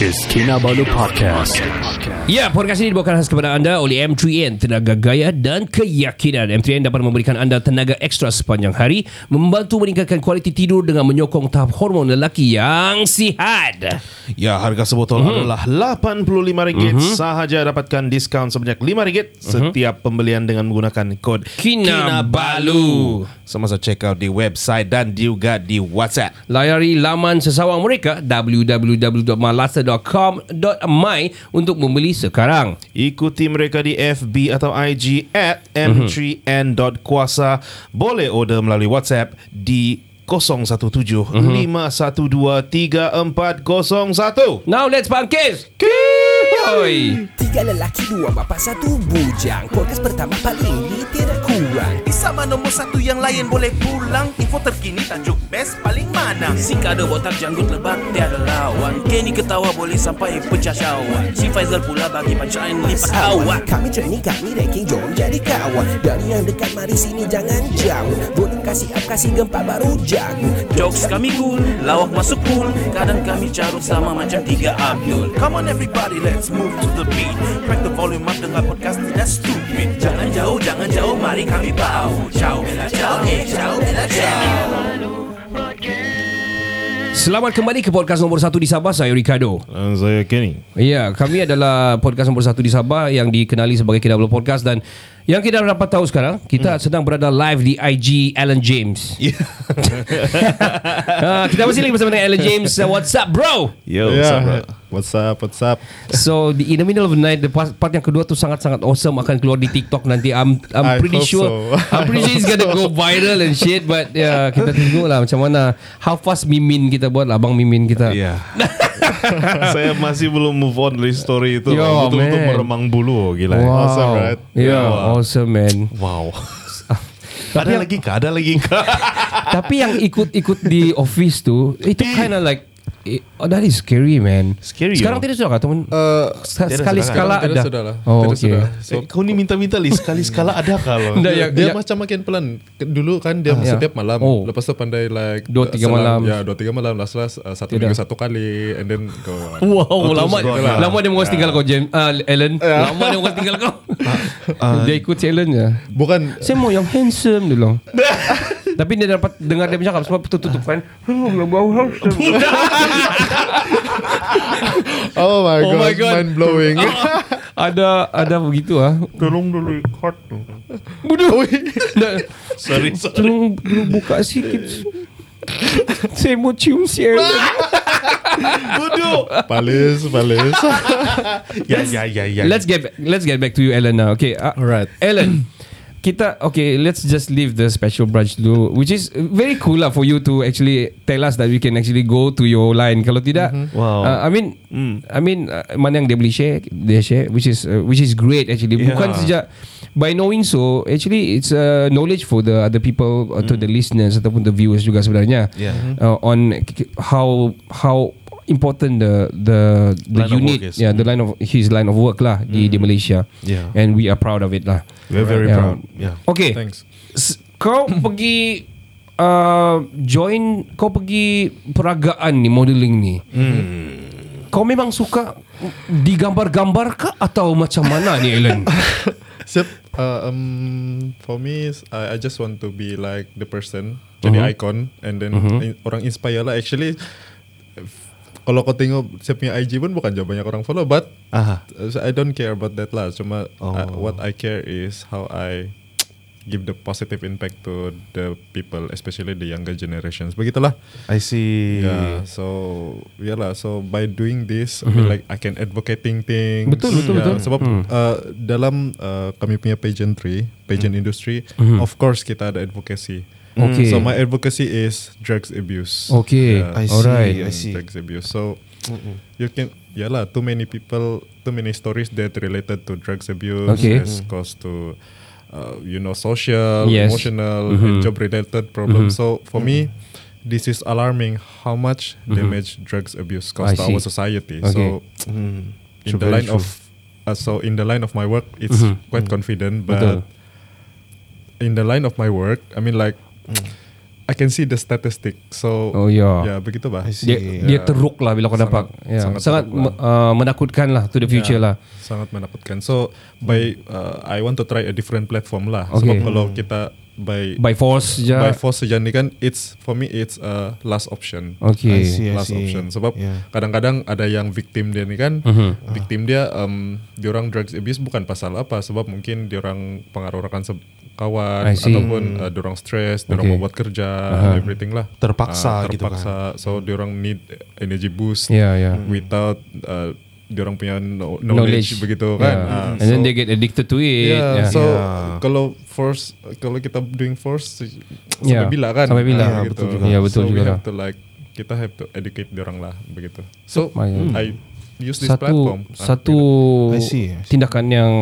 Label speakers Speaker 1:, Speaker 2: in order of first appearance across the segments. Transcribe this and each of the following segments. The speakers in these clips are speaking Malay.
Speaker 1: is Kinabalu Podcast.
Speaker 2: Ya, podcast ini dibawakan khas kepada anda oleh M3N, tenaga gaya dan keyakinan. M3N dapat memberikan anda tenaga ekstra sepanjang hari, membantu meningkatkan kualiti tidur dengan menyokong tahap hormon lelaki yang sihat.
Speaker 3: Ya, harga sebotol mm-hmm. adalah RM85 mm-hmm. sahaja dapatkan diskaun sebanyak RM5 mm-hmm. setiap pembelian dengan menggunakan kod
Speaker 2: Kinabalu.
Speaker 3: Semasa check out di website dan juga di WhatsApp.
Speaker 2: Layari laman sesawang mereka www.malasa.com.my untuk membeli sekarang.
Speaker 3: Ikuti mereka di FB atau IG at m3n.kuasa. Boleh order melalui WhatsApp di 017 512 3401.
Speaker 2: Now let's bangkit! Oi.
Speaker 4: Tiga lelaki, dua bapa, satu bujang Podcast pertama paling ini tidak kurang
Speaker 5: Sama nombor satu yang lain boleh pulang Info terkini tajuk best paling mana Si kado botak janggut lebat tiada lawan Kenny ketawa boleh sampai pecah syawak Si Faizal pula bagi pancaan lipat
Speaker 4: Awak
Speaker 5: awak
Speaker 4: Kami training, kami ranking Jom jadi kawan Dari yang dekat, mari sini jangan jauh Boleh kasih up, kasih gempa baru jago
Speaker 5: Jokes kami cool, lawak masuk cool Kadang kami carut sama macam tiga Abdul Come on everybody, let's move to the beat Crack the volume up, dengar podcast tidak stupid Jangan jauh, jangan jauh, mari kami bau Ciao, bella, ciao, eh, ciao, bella, ciao
Speaker 2: Selamat kembali ke podcast nombor satu di Sabah, saya Ricardo.
Speaker 3: Dan saya Kenny.
Speaker 2: Ya, kami adalah podcast nombor satu di Sabah yang dikenali sebagai Kinabalu Podcast dan yang kita dapat tahu sekarang, kita hmm. sedang berada live di IG Alan James.
Speaker 3: Ya.
Speaker 2: uh, kita masih lagi bersama dengan Alan James. Uh, what's up, bro?
Speaker 3: Ya,
Speaker 6: Yo,
Speaker 3: Yeah.
Speaker 6: what's up, bro? What's up, what's up?
Speaker 2: So, the, in the middle of the night, the part, part yang kedua tu sangat-sangat awesome akan keluar di TikTok nanti. I'm,
Speaker 6: I
Speaker 2: I'm pretty
Speaker 6: hope
Speaker 2: sure,
Speaker 6: so.
Speaker 2: I'm pretty sure it's gonna go viral and shit. But yeah, kita tengok lah macam mana, how fast mimin kita buat lah, abang mimin kita.
Speaker 3: Ya. Saya masih belum move on dari story itu.
Speaker 2: Yo,
Speaker 3: Betul-betul
Speaker 2: man.
Speaker 3: meremang bulu gila.
Speaker 2: Wow. Iya.
Speaker 6: Awesome, right?
Speaker 2: Yeah,
Speaker 3: Yeah.
Speaker 2: awesome man.
Speaker 3: Wow. ada lagi kah? Ada lagi kah?
Speaker 2: Tapi yang ikut-ikut di office tu Itu kind of like eh, Oh that is scary man
Speaker 3: Scary,
Speaker 2: Sekarang
Speaker 3: you
Speaker 2: tidak sudah kah teman?
Speaker 6: Uh,
Speaker 2: Sa-
Speaker 3: tiada
Speaker 2: Sekali
Speaker 3: sudah.
Speaker 2: skala
Speaker 6: Tidak
Speaker 2: ada
Speaker 6: sudah lah.
Speaker 2: Oh
Speaker 6: Tidak
Speaker 2: okay
Speaker 6: sudah.
Speaker 3: So, kau ni minta-minta li sekali-sekala ada kalau.
Speaker 2: Nggak,
Speaker 6: dia,
Speaker 2: ya-
Speaker 6: Eh, dia
Speaker 2: ya-
Speaker 6: macam makin pelan. Ke- Dulu kan dia
Speaker 2: ya.
Speaker 6: setiap malam.
Speaker 2: Oh.
Speaker 6: Lepas tu pandai like
Speaker 2: Dua, tiga
Speaker 6: selang-
Speaker 2: malam.
Speaker 6: Ya, dua tiga malam. Last last uh, satu
Speaker 2: Tidak. Oh.
Speaker 6: minggu satu kali and then go.
Speaker 2: Wow lama
Speaker 3: terus gone lah.
Speaker 2: Lama dia mahu tinggal kau Jam, uh, Alan Lama dia mahu tinggal kau Dia ikut si Alan je
Speaker 6: Bukan
Speaker 2: Saya mau yang handsome dulu Tapi dia dapat dengar dia bercakap Sebab tutup kan Belum bau handsome
Speaker 6: Oh my
Speaker 2: Oh
Speaker 6: god,
Speaker 2: my God.
Speaker 6: mind blowing.
Speaker 2: Ada Ada begitu ah.
Speaker 3: Tolong dulu ikat.
Speaker 2: Bodoh
Speaker 3: Sorry, sorry.
Speaker 2: Tolong tolong buka sikit Saya mau cium si Alan
Speaker 3: Bodoh.
Speaker 6: palis, palis.
Speaker 3: Ya, ya, ya, ya.
Speaker 2: Let's get back, let's get back to you, Ellen. Now, okay. Uh,
Speaker 6: Alright.
Speaker 2: Ellen. Kita okay. Let's just leave the special branch dulu, which is very cool lah for you to actually tell us that we can actually go to your line. Kalau tidak,
Speaker 3: Wow. Mm.
Speaker 2: uh, I mean, I mean, uh, mana yang dia beli share, dia share, which is uh, which is great actually. Bukan
Speaker 3: Yeah.
Speaker 2: sejak by knowing so, actually it's uh, knowledge for the other people atau the listeners ataupun the viewers juga sebenarnya
Speaker 3: Mm. Yeah.
Speaker 2: uh, on k- k- how how important the the the
Speaker 3: Line of
Speaker 2: unit,
Speaker 3: work is.
Speaker 2: yeah, the line of his line of work lah di di Malaysia.
Speaker 3: Yeah.
Speaker 2: And we are proud of it lah.
Speaker 3: We're very
Speaker 2: Yeah.
Speaker 3: proud. Ya. Yeah.
Speaker 2: Okay.
Speaker 6: Thanks.
Speaker 2: S- Kau pergi uh, join kau pergi peragaan ni modeling ni. Kau memang suka digambar-gambar ke atau macam mana ni Ellen?
Speaker 6: Sep, uh, um, for me, is I, I just want to be like the person, jadi
Speaker 2: Uh-huh.
Speaker 6: icon, and then in- orang inspire lah. Actually, if- kalau kau tengok Sep punya IG pun bukan jauh banyak orang follow, but
Speaker 3: Aha.
Speaker 6: uh, I don't care about that lah. Cuma I-
Speaker 2: Oh.
Speaker 6: what I care is how I give the positive impact to the people, especially the younger generations. Begitulah.
Speaker 3: I
Speaker 2: Iya.
Speaker 3: see.
Speaker 2: Ya.
Speaker 6: Yeah. So yeah lah. So by doing this, I mean like I can advocating things.
Speaker 2: Mm-hmm. Betul, betul,
Speaker 6: Yeah,
Speaker 2: betul. Hmm.
Speaker 6: Sebab uh, dalam uh, kami punya
Speaker 2: Hmm.
Speaker 6: pageantry, pageant industry, of course kita ada advocacy.
Speaker 2: Okay.
Speaker 6: So my advocacy is drugs abuse.
Speaker 2: Iya. Okay.
Speaker 3: I see.
Speaker 2: Alright.
Speaker 3: I see.
Speaker 6: Drugs abuse. So you can yeah lah. Too many people, too many stories that related to drugs abuse
Speaker 2: Okay. Mm-hmm.
Speaker 6: has caused to uh, you know social,
Speaker 2: Yes. Mm-hmm.
Speaker 6: emotional, and job related problems. So for me. this is alarming how much damage drugs abuse
Speaker 2: Mm-hmm. I
Speaker 6: cause to
Speaker 2: see.
Speaker 6: our society.
Speaker 2: Okay.
Speaker 6: So
Speaker 3: Hmm.
Speaker 6: in the
Speaker 3: Very
Speaker 6: line
Speaker 3: true.
Speaker 6: of uh, so in the line of my work, it's quite confident, but
Speaker 2: Mm-hmm. Betul.
Speaker 6: in the line of my work, I mean like I can see the statistic. So
Speaker 2: Mm. Oh, yeah.
Speaker 6: yeah, begitu bah.
Speaker 2: Dia, dia teruk lah bila kau
Speaker 6: Sangat-
Speaker 2: nampak. Ya.
Speaker 6: sangat
Speaker 2: Sangat,
Speaker 6: teruk lah.
Speaker 2: uh, menakutkan lah to the future lah.
Speaker 6: sangat menakutkan. So by uh, I want to try a different platform lah.
Speaker 2: Okay.
Speaker 6: Sebab kalau kita by
Speaker 2: By force je.
Speaker 6: by force saja ni kan it's for me it's a last option.
Speaker 2: Okay.
Speaker 3: I see.
Speaker 6: last option sebab
Speaker 3: Yeah.
Speaker 6: kadang-kadang ada yang victim dia ni kan
Speaker 2: Mm-hmm.
Speaker 6: victim dia um, diorang drugs abuse bukan pasal apa sebab mungkin diorang pengaruh rakan se- kawan
Speaker 2: I see.
Speaker 6: ataupun uh, diorang stres diorang
Speaker 2: Okay.
Speaker 6: mau buat kerja everything lah
Speaker 3: Terpaksa
Speaker 6: Ah,
Speaker 3: gitu kan.
Speaker 6: terpaksa so diorang need energy boost
Speaker 2: Hmm. Yeah, yeah.
Speaker 6: without uh, diorang punya no-
Speaker 2: Knowledge.
Speaker 6: knowledge, begitu
Speaker 2: Yeah.
Speaker 6: kan Ah,
Speaker 2: And then
Speaker 6: so-
Speaker 2: they get addicted to it.
Speaker 6: Yeah, so
Speaker 3: Yeah.
Speaker 6: kalau force kalau kita doing force se-
Speaker 2: Yeah,
Speaker 6: sampai bila kan?
Speaker 2: sampai bila.
Speaker 6: Ah,
Speaker 2: Yeah, betul juga. Yeah, betul
Speaker 6: so
Speaker 2: juga
Speaker 6: we
Speaker 2: lah.
Speaker 6: have to like kita have to educate orang lah begitu. So
Speaker 2: Lumayan.
Speaker 6: I use
Speaker 2: Oh,
Speaker 6: this
Speaker 2: satu
Speaker 6: platform. Ah,
Speaker 2: satu
Speaker 3: I see, Hmm. I see.
Speaker 2: tindakan yang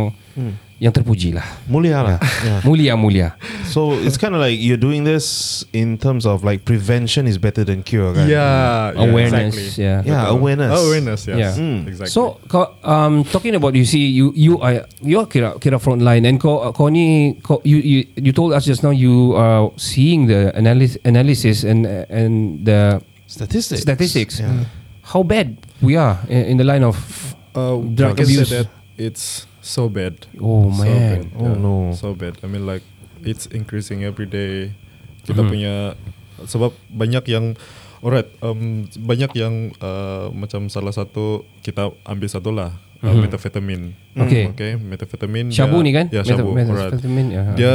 Speaker 2: yang terpuji lah.
Speaker 3: Mulia
Speaker 2: Ya.
Speaker 3: lah. Yeah.
Speaker 2: Mulia mulia.
Speaker 3: So it's kind of like you're doing this in terms of like prevention is better than cure,
Speaker 6: yeah,
Speaker 3: right?
Speaker 2: Ya.
Speaker 6: yeah,
Speaker 2: Awareness, yeah.
Speaker 3: Yeah,
Speaker 6: Betul.
Speaker 3: awareness.
Speaker 6: Awareness, yes. Hmm.
Speaker 2: Yeah.
Speaker 3: Mm.
Speaker 6: Exactly.
Speaker 2: So kau um, talking about you see you you are you are kira kira frontline and kau kau ni kau you you you told us just now you are seeing the analysis analysis and and the
Speaker 3: Statistics.
Speaker 2: statistics.
Speaker 3: Yeah.
Speaker 2: Hmm. How bad we are in, in the line of
Speaker 6: uh,
Speaker 2: drug
Speaker 6: I can
Speaker 2: abuse.
Speaker 6: say that it's so bad.
Speaker 2: oh
Speaker 6: so
Speaker 2: man.
Speaker 6: bad.
Speaker 3: Oh, no.
Speaker 6: So bad. I mean like it's increasing every day. Kita
Speaker 2: Mm-hmm.
Speaker 6: punya sebab banyak yang alright um, banyak yang uh, macam salah satu kita ambil satu lah uh, metafetamin.
Speaker 2: Mm-hmm. Okay.
Speaker 6: Okay, metafetamin.
Speaker 2: Shabu
Speaker 6: dia-
Speaker 2: ni kan?
Speaker 6: Ya,
Speaker 2: Meta-
Speaker 6: shabu.
Speaker 2: meta-
Speaker 6: alright.
Speaker 2: metafetamin, ya.
Speaker 6: Dia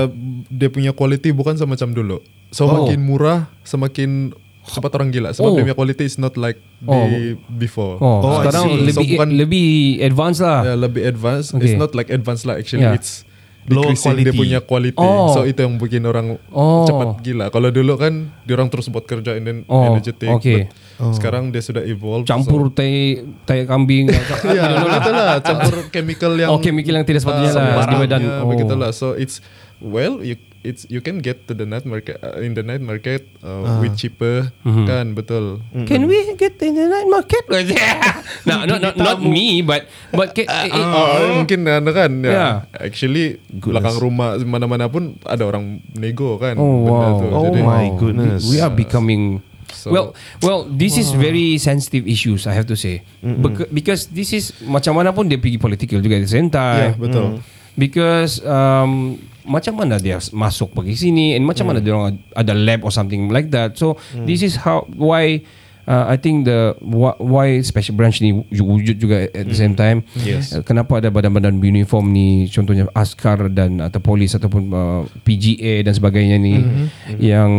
Speaker 6: dia punya quality bukan sama macam dulu. So
Speaker 2: Oh.
Speaker 6: makin murah, semakin cepat orang gila. Sebab
Speaker 2: Oh.
Speaker 6: dia punya quality is not like the before.
Speaker 2: Oh,
Speaker 3: Oh, I
Speaker 2: sekarang
Speaker 3: see.
Speaker 2: lebih
Speaker 6: So, bukan-
Speaker 2: lebih advance lah.
Speaker 6: Ya lebih advance.
Speaker 2: Ah. Okay.
Speaker 6: It's not like advance lah actually.
Speaker 2: Yeah.
Speaker 6: It's
Speaker 3: Lower
Speaker 6: decreasing dia
Speaker 3: quality.
Speaker 6: punya quality.
Speaker 2: Oh.
Speaker 6: So itu yang bikin orang
Speaker 2: Oh.
Speaker 6: cepat gila. Kalau dulu kan diorang terus buat kerja and then
Speaker 2: Oh,
Speaker 6: energetic.
Speaker 2: okay.
Speaker 3: Oh.
Speaker 6: But Sekarang dia sudah evolve.
Speaker 2: Campur
Speaker 6: So,
Speaker 2: tai tai kambing.
Speaker 6: ya betul lah. Campur chemical yang.
Speaker 2: Oh, chemical yang tidak sepatutnya lah, di badan. Oh.
Speaker 6: Begitulah. So it's well you it's you can get to the night market uh, in the night market
Speaker 3: Ah.
Speaker 6: uh, with cheaper
Speaker 2: Mm-hmm.
Speaker 6: kan betul.
Speaker 3: Mm.
Speaker 2: Can we get in the night market? no, no, no, not me, but but ca- eh, eh,
Speaker 6: Oh, mungkin kan kan ya.
Speaker 2: Yeah.
Speaker 6: Actually belakang rumah mana-mana pun ada orang nego kan
Speaker 2: Oh
Speaker 6: benda
Speaker 2: wow!
Speaker 6: tu.
Speaker 3: Oh
Speaker 6: Jadi,
Speaker 3: my goodness.
Speaker 2: We are becoming
Speaker 6: So-
Speaker 2: well. Well, this is very sensitive issues. I have to say Beca- because this is macam mana pun dia pergi political juga at the same time.
Speaker 6: Yeah, betul. Mm.
Speaker 2: Because um, macam mana dia s- masuk pergi sini and macam mana
Speaker 3: Hmm.
Speaker 2: dia orang ad- ada lab or something like that. So this is how why. Uh, I think the wh- why special branch ni ju- wujud juga at the same time.
Speaker 3: Hmm. Yes.
Speaker 2: Uh, Kenapa ada badan-badan uniform ni contohnya askar dan atau polis ataupun uh, PGA dan sebagainya ni
Speaker 3: Hmm.
Speaker 2: yang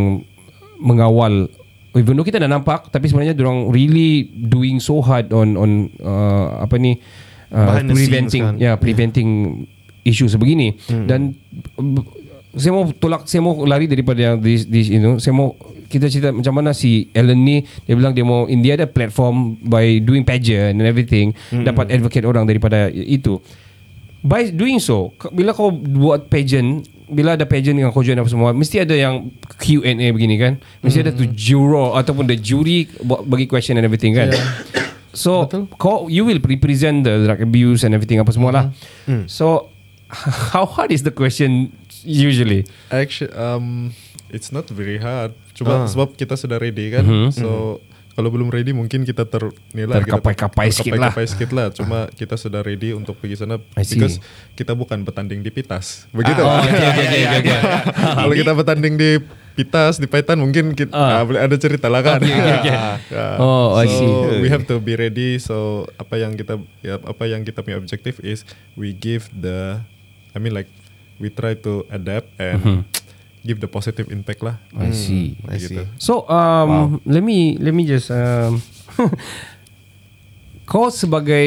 Speaker 2: mengawal even though kita dah nampak tapi sebenarnya orang really doing so hard on on uh, apa ni uh,
Speaker 3: Behind the scenes
Speaker 2: preventing
Speaker 3: kan.
Speaker 2: ya preventing isu sebegini dan b- saya mau tolak saya mau lari daripada yang this, this you know saya mau kita cerita macam mana si Ellen ni dia bilang dia mau India ada platform by doing pageant and everything dapat advocate orang daripada itu by doing so k- bila kau buat pageant bila ada pageant dengan kau join apa semua mesti ada yang Q&A begini kan mesti ada tu juror ataupun the jury buat- bagi question and everything kan so kau you will represent the drug abuse and everything apa semua lah so how hard is the question usually
Speaker 6: Actually um it's not very hard. Cuma
Speaker 2: Ah.
Speaker 6: sebab kita sudah ready kan.
Speaker 2: Mm-hmm.
Speaker 6: So kalau belum ready mungkin kita ternilai
Speaker 2: Terkapai-kapai sikit lah. Ah.
Speaker 6: Terkapai sikit lah. Cuma kita sudah ready untuk pergi sana
Speaker 2: I see.
Speaker 6: because kita bukan bertanding di pitas. Begitu.
Speaker 2: Oh,
Speaker 6: lah.
Speaker 2: okay, okay, okay, okay, okay.
Speaker 6: Kalau kita bertanding di pitas di Python mungkin kita
Speaker 2: Ah. Iya,
Speaker 6: ah, boleh ada cerita lah kan. Ah, ah.
Speaker 2: Oh, I
Speaker 6: so
Speaker 2: see.
Speaker 6: We have to be ready. So apa yang kita ya, apa yang kita punya objective is we give the I mean like we try to adapt and give the positive impact lah.
Speaker 2: Mm-hmm.
Speaker 6: gitu.
Speaker 3: I
Speaker 2: I see
Speaker 3: see.
Speaker 2: So um, let me let me just um, kau sebagai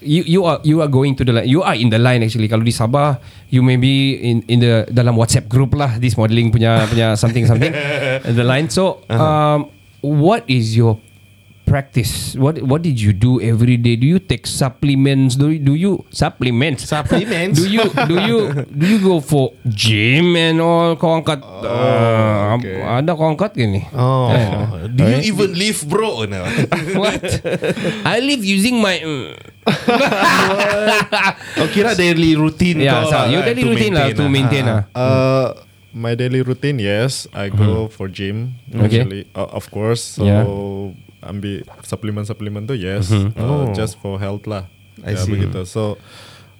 Speaker 2: you you are you are going to the line, you are in the line actually kalau di Sabah you may be in in the dalam WhatsApp group lah this modeling
Speaker 3: Uh-huh.
Speaker 2: punya punya something something the line so um, what is your practice? What What did you do every day? Do you take supplements? Do you, do you supplements?
Speaker 3: Supplements.
Speaker 2: do you do you do you go for gym and all? Kau angkat uh,
Speaker 6: okay.
Speaker 2: ada kau angkat gini.
Speaker 3: Oh, do you
Speaker 2: Eh?
Speaker 3: even live, bro? No.
Speaker 2: What? I live using my mm.
Speaker 3: okay lah, Oh, daily routine.
Speaker 2: yeah,
Speaker 3: kau
Speaker 2: so,
Speaker 3: lah, kan,
Speaker 2: your
Speaker 3: right,
Speaker 2: Ya, daily routine lah to maintain
Speaker 3: ah.
Speaker 2: lah.
Speaker 6: Uh, my daily routine, yes, I go for gym.
Speaker 2: Mm-hmm. Okay.
Speaker 6: Actually, uh, of course. So
Speaker 2: Yeah. Mm-hmm.
Speaker 6: ambil supplement supplement tu yes, uh, just for health lah.
Speaker 3: Oh. I
Speaker 6: Ya,
Speaker 3: see.
Speaker 6: Begitu. So,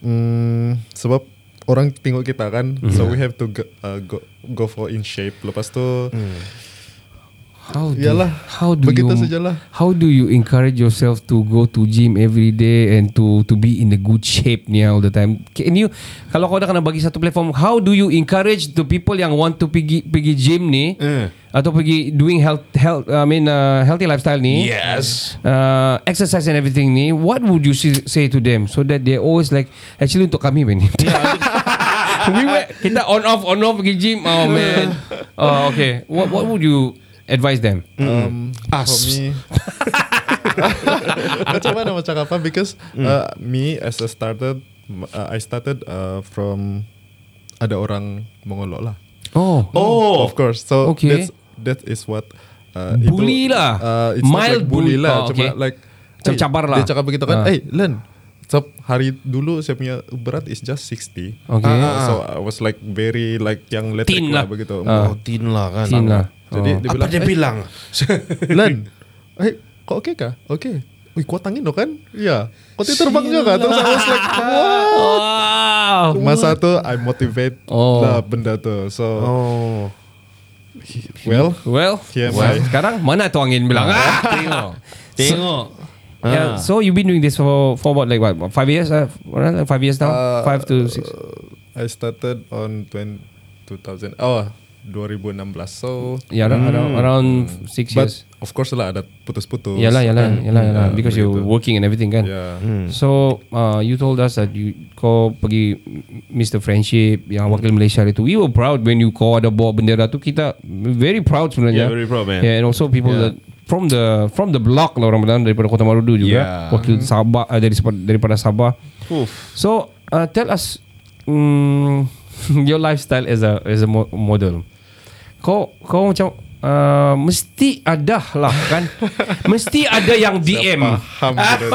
Speaker 6: mm, sebab orang tengok kita kan,
Speaker 2: Mm-hmm.
Speaker 6: so we have to go, uh, go go for in shape. Lepas tu,
Speaker 3: Mm.
Speaker 2: How do,
Speaker 6: Yalah,
Speaker 2: how do
Speaker 6: begitu
Speaker 2: you
Speaker 6: sajalah.
Speaker 2: how do you encourage yourself to go to gym every day and to to be in a good shape ni all the time? Can you kalau kau dah kena bagi satu platform, how do you encourage the people yang want to pergi pergi gym ni
Speaker 3: Eh.
Speaker 2: atau pergi doing health health I mean uh, healthy lifestyle ni?
Speaker 3: Yes.
Speaker 2: Uh, exercise and everything ni What would you say, say to them So that they always like Actually untuk kami man We were Kita on off on off pergi gym Oh man Oh okay What, what would you Advise them
Speaker 6: um, for
Speaker 3: Us.
Speaker 6: me, macam mana macam apa? Because
Speaker 2: Mm.
Speaker 6: uh, me as a started, uh, I started uh, from ada orang mengolok lah.
Speaker 2: Oh
Speaker 3: Oh,
Speaker 6: of course. So
Speaker 2: Okay.
Speaker 6: that's that is what uh,
Speaker 2: Bully lah.
Speaker 6: Uh, it's Mild
Speaker 2: Mild
Speaker 6: like bully
Speaker 2: bully.
Speaker 6: lah.
Speaker 2: Oh,
Speaker 6: Cuma
Speaker 2: okay.
Speaker 6: like
Speaker 2: Macam
Speaker 6: "Hey,"
Speaker 2: cabar lah.
Speaker 6: Dia cakap begitu kan.
Speaker 2: Ah.
Speaker 6: Eh, Len, Sab hari dulu saya punya berat is just
Speaker 2: Okay.
Speaker 6: 60. Uh, so I was like very like yang letrik
Speaker 2: Teen lah.
Speaker 6: lah begitu. Oh,
Speaker 2: Ah. Oh.
Speaker 3: routine lah kan.
Speaker 2: Teen lah.
Speaker 6: Jadi dia
Speaker 3: Apa
Speaker 6: bilang,
Speaker 3: dia
Speaker 6: "Eh,
Speaker 3: bilang?
Speaker 6: Len, eh kau okay kah? Okay. Wih, kau tangin dong kan? Iya. Kau tu terbang juga kan? Terus I was like, what?
Speaker 2: Wow
Speaker 6: Masa tu I motivate
Speaker 2: Oh.
Speaker 6: lah benda tu. So,
Speaker 3: Oh.
Speaker 6: well,
Speaker 2: Well,
Speaker 6: TMI.
Speaker 2: well Sekarang mana tu angin bilang ah, Tengok Tengok so, yeah,
Speaker 3: Ah.
Speaker 2: so you've been doing this for for what like what five years? Uh, around like five years now,
Speaker 6: Uh,
Speaker 2: five to six.
Speaker 6: I started on 20, 2000 oh 2016 so
Speaker 2: Yeah, around, around, around six
Speaker 6: but
Speaker 2: years.
Speaker 6: of course lah ada putus-putus
Speaker 2: Yalah, yalah,
Speaker 3: kan, hmm,
Speaker 2: yalah, yalah.
Speaker 3: ah,
Speaker 6: Yeah,
Speaker 2: Because you're
Speaker 6: begitu.
Speaker 2: working and everything kan.
Speaker 6: yeah
Speaker 2: So uh, you told us that you kau pergi Mr Friendship yang
Speaker 3: Hmm.
Speaker 2: wakil Malaysia itu. We were proud when you kau ada bawa bendera tu. Kita very proud
Speaker 3: Yeah,
Speaker 2: sebenarnya.
Speaker 3: very proud, man.
Speaker 2: Yeah, and also people that from the from the block lah orang Medan daripada Kota Marudu juga.
Speaker 3: Yeah. Hmm.
Speaker 2: Wakil Sabah uh, dari daripada Sabah.
Speaker 3: Oof.
Speaker 2: So uh, tell us mm, your lifestyle as a as a mo- model. Kau kau macam uh, mesti ada lah kan. mesti ada yang DM.
Speaker 6: faham benda tu.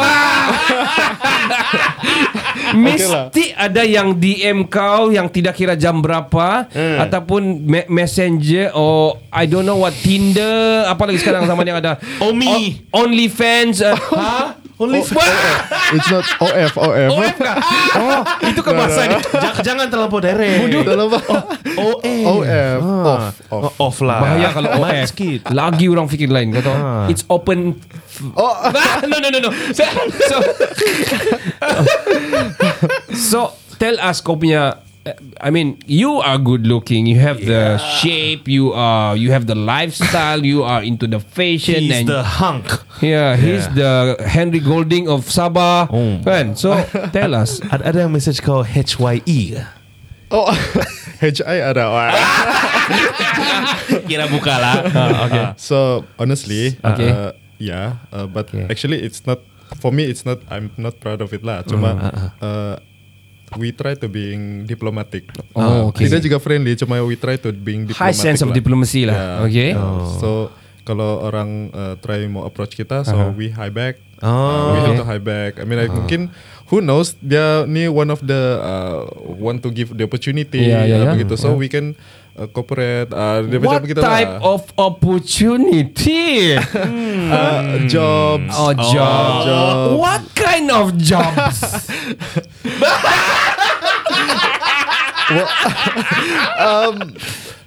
Speaker 2: Mesti ada yang DM kau yang tidak kira jam berapa
Speaker 6: Hmm.
Speaker 2: ataupun me- messenger or I don't know what Tinder apa lagi sekarang zaman yang ada
Speaker 3: Omi.
Speaker 2: O- OnlyFans uh, OnlyFans
Speaker 6: it's not OF OF
Speaker 2: OF kah? Oh, itu ke bahasa ni?
Speaker 3: Jangan, jangan terlampau direct.
Speaker 6: dalam
Speaker 3: Oh, eh.
Speaker 6: OF off off
Speaker 3: Oh, off lah.
Speaker 2: Bahaya kalau
Speaker 3: Mild
Speaker 2: OF
Speaker 3: sikit.
Speaker 2: Lagi orang fikir lain Kau tahu It's open
Speaker 6: Oh.
Speaker 2: No no no no So So, so Tell us kau punya eh, I mean You are good looking You have the shape You are You have the lifestyle You are into the fashion
Speaker 3: He's
Speaker 2: and
Speaker 3: the hunk.
Speaker 2: Yeah, he's the Henry Golding of Sabah.
Speaker 3: Oh.
Speaker 2: Kan? So tell us.
Speaker 3: Ada ada yang message kau E. HYE ke?
Speaker 6: oh HI ada wah.
Speaker 2: Ah.
Speaker 3: Kira buka lah. okay.
Speaker 6: so honestly
Speaker 2: Ah. Okay.
Speaker 6: uh, yeah uh, but
Speaker 2: Okay.
Speaker 6: actually it's not for me it's not I'm not proud of it lah cuma
Speaker 2: Ah,
Speaker 6: uh, we try to being diplomatic
Speaker 2: Oh, okay.
Speaker 6: Tidak juga friendly Cuma we try to being diplomatic
Speaker 2: High sense of
Speaker 6: lah.
Speaker 2: diplomacy lah. Okay.
Speaker 6: Uh, So kalau orang uh, try mau approach kita So we high back Uh,
Speaker 3: Oh.
Speaker 6: We
Speaker 2: Okay.
Speaker 6: have to high back I mean
Speaker 2: Oh.
Speaker 6: like, mungkin Who knows Dia ni one of the uh, Want to give the opportunity
Speaker 2: Yeah, yeah,
Speaker 6: uh,
Speaker 2: yeah.
Speaker 6: Begitu So we can uh, Cooperate uh, dia
Speaker 2: iya,
Speaker 6: macam
Speaker 2: What
Speaker 6: begitu
Speaker 2: type
Speaker 6: lah.
Speaker 2: of opportunity?
Speaker 6: uh, Jobs
Speaker 2: Oh, job.
Speaker 6: job.
Speaker 2: What kind of jobs?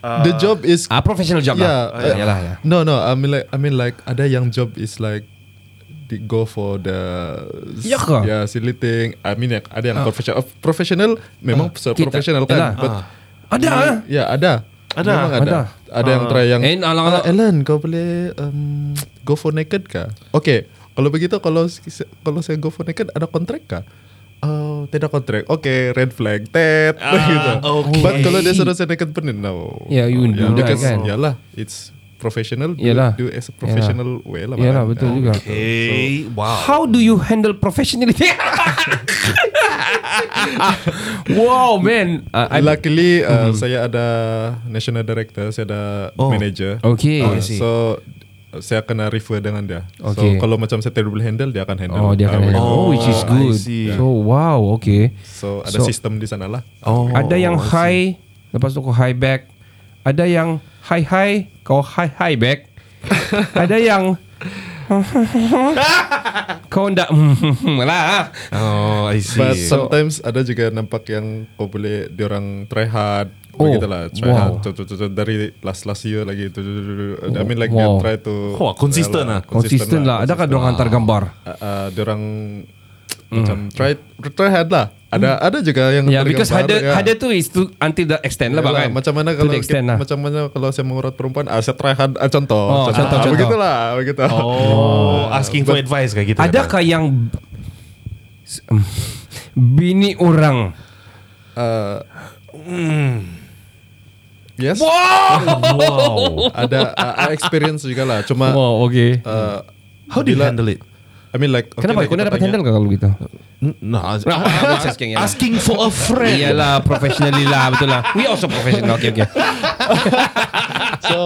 Speaker 6: The job is
Speaker 2: ah, professional job
Speaker 6: Yeah,
Speaker 2: lah.
Speaker 6: uh,
Speaker 2: Yalah, ya.
Speaker 6: No no I mean like I mean like Ada yang job is like di- Go for the
Speaker 2: Ya ke?
Speaker 6: yeah, silly thing I mean like, ada yang professional Professional Memang se-
Speaker 2: Ah. kita-
Speaker 6: professional
Speaker 2: yalah.
Speaker 6: kan But
Speaker 2: Ada ah.
Speaker 6: Ya ada.
Speaker 3: Ada.
Speaker 6: Memang ada.
Speaker 2: Ada.
Speaker 6: Ada, yang try yang
Speaker 2: Eh, alang-alang-
Speaker 6: "Ah, Ellen kau boleh um, go for naked kah? Oke. Kalau begitu kalau s- kalau saya go for naked ada kontrak kah? Oh, tidak kontrak. Oke, red flag. Tet gitu.
Speaker 3: okay.
Speaker 6: But kalau dia suruh saya naked penin, no.
Speaker 2: Yeah,
Speaker 6: Ya,
Speaker 2: Ya, you wouldn't do that,
Speaker 6: because,
Speaker 2: kan?
Speaker 6: Yalah, it's professional do,
Speaker 2: Yalah.
Speaker 6: do as a professional way lah
Speaker 2: Yalah
Speaker 6: Maran.
Speaker 2: betul juga.
Speaker 3: Hey, wow.
Speaker 2: How do you handle professionality? wow man. Uh, I,
Speaker 6: Luckily
Speaker 2: Mhm.
Speaker 6: uh, saya ada national director, saya ada
Speaker 3: Oh.
Speaker 6: manager.
Speaker 2: Okay. I
Speaker 6: Uh,
Speaker 3: see.
Speaker 6: so saya kena refer dengan dia.
Speaker 2: Okay.
Speaker 6: So kalau macam saya tidak boleh handle dia akan handle.
Speaker 2: oh dia
Speaker 6: Uh,
Speaker 2: akan handle.
Speaker 3: Oh,
Speaker 2: Oh, which is
Speaker 3: I
Speaker 2: good.
Speaker 3: see.
Speaker 2: So wow, okay.
Speaker 6: So ada
Speaker 2: So-
Speaker 6: sistem di sana lah.
Speaker 3: Oh,
Speaker 2: Ada
Speaker 3: I
Speaker 2: yang
Speaker 3: see.
Speaker 2: high Lepas tu kau high back Ada yang high high Kau high high back Ada yang Kau ndak lah
Speaker 3: Oh, I see.
Speaker 6: But sometimes ada juga nampak yang kau boleh diorang try hard
Speaker 2: Oh,
Speaker 6: begitulah try
Speaker 2: wow.
Speaker 6: hard tu, tu, tu, tu, dari last last year lagi tu, tu, tu, tu, tu. I mean like
Speaker 2: Wow.
Speaker 6: dia try to
Speaker 3: Wah, konsisten lah.
Speaker 2: Konsisten lah Adakah
Speaker 6: konsisten.
Speaker 2: diorang hantar gambar
Speaker 6: uh, uh, diorang macam try try hard lah ada ada juga yang
Speaker 2: Ya yeah,
Speaker 6: dari
Speaker 2: because
Speaker 6: gambar,
Speaker 2: ada
Speaker 6: ya.
Speaker 2: ada tu is to Until the extent lah
Speaker 6: Yalah,
Speaker 2: bahkan
Speaker 6: macam mana
Speaker 2: To
Speaker 6: kalau
Speaker 2: the
Speaker 6: kita,
Speaker 2: extent lah
Speaker 6: macam mana kalau saya mengurat perempuan ah, saya try hard ah, contoh
Speaker 2: Oh, contoh,
Speaker 6: Ah,
Speaker 2: contoh.
Speaker 6: begitulah begitu
Speaker 3: Oh, asking for advice kayak gitu. ya, Pak?
Speaker 2: Adakah yang Bini orang
Speaker 6: Uh, yes
Speaker 3: Wow.
Speaker 6: ada uh, experience juga lah cuma
Speaker 2: Wow okay
Speaker 6: uh,
Speaker 3: How do you
Speaker 6: Bila-
Speaker 3: handle it?
Speaker 6: I mean like okay,
Speaker 2: Kenapa
Speaker 6: like
Speaker 2: kau nak
Speaker 6: kita
Speaker 2: dapat
Speaker 6: tanya. Ah,
Speaker 2: handle ke kalau begitu
Speaker 3: N- No, I-
Speaker 2: I'm just asking, yeah.
Speaker 3: asking for a friend.
Speaker 2: Iyalah professionally lah Betul lah We also professional Okay okay
Speaker 6: So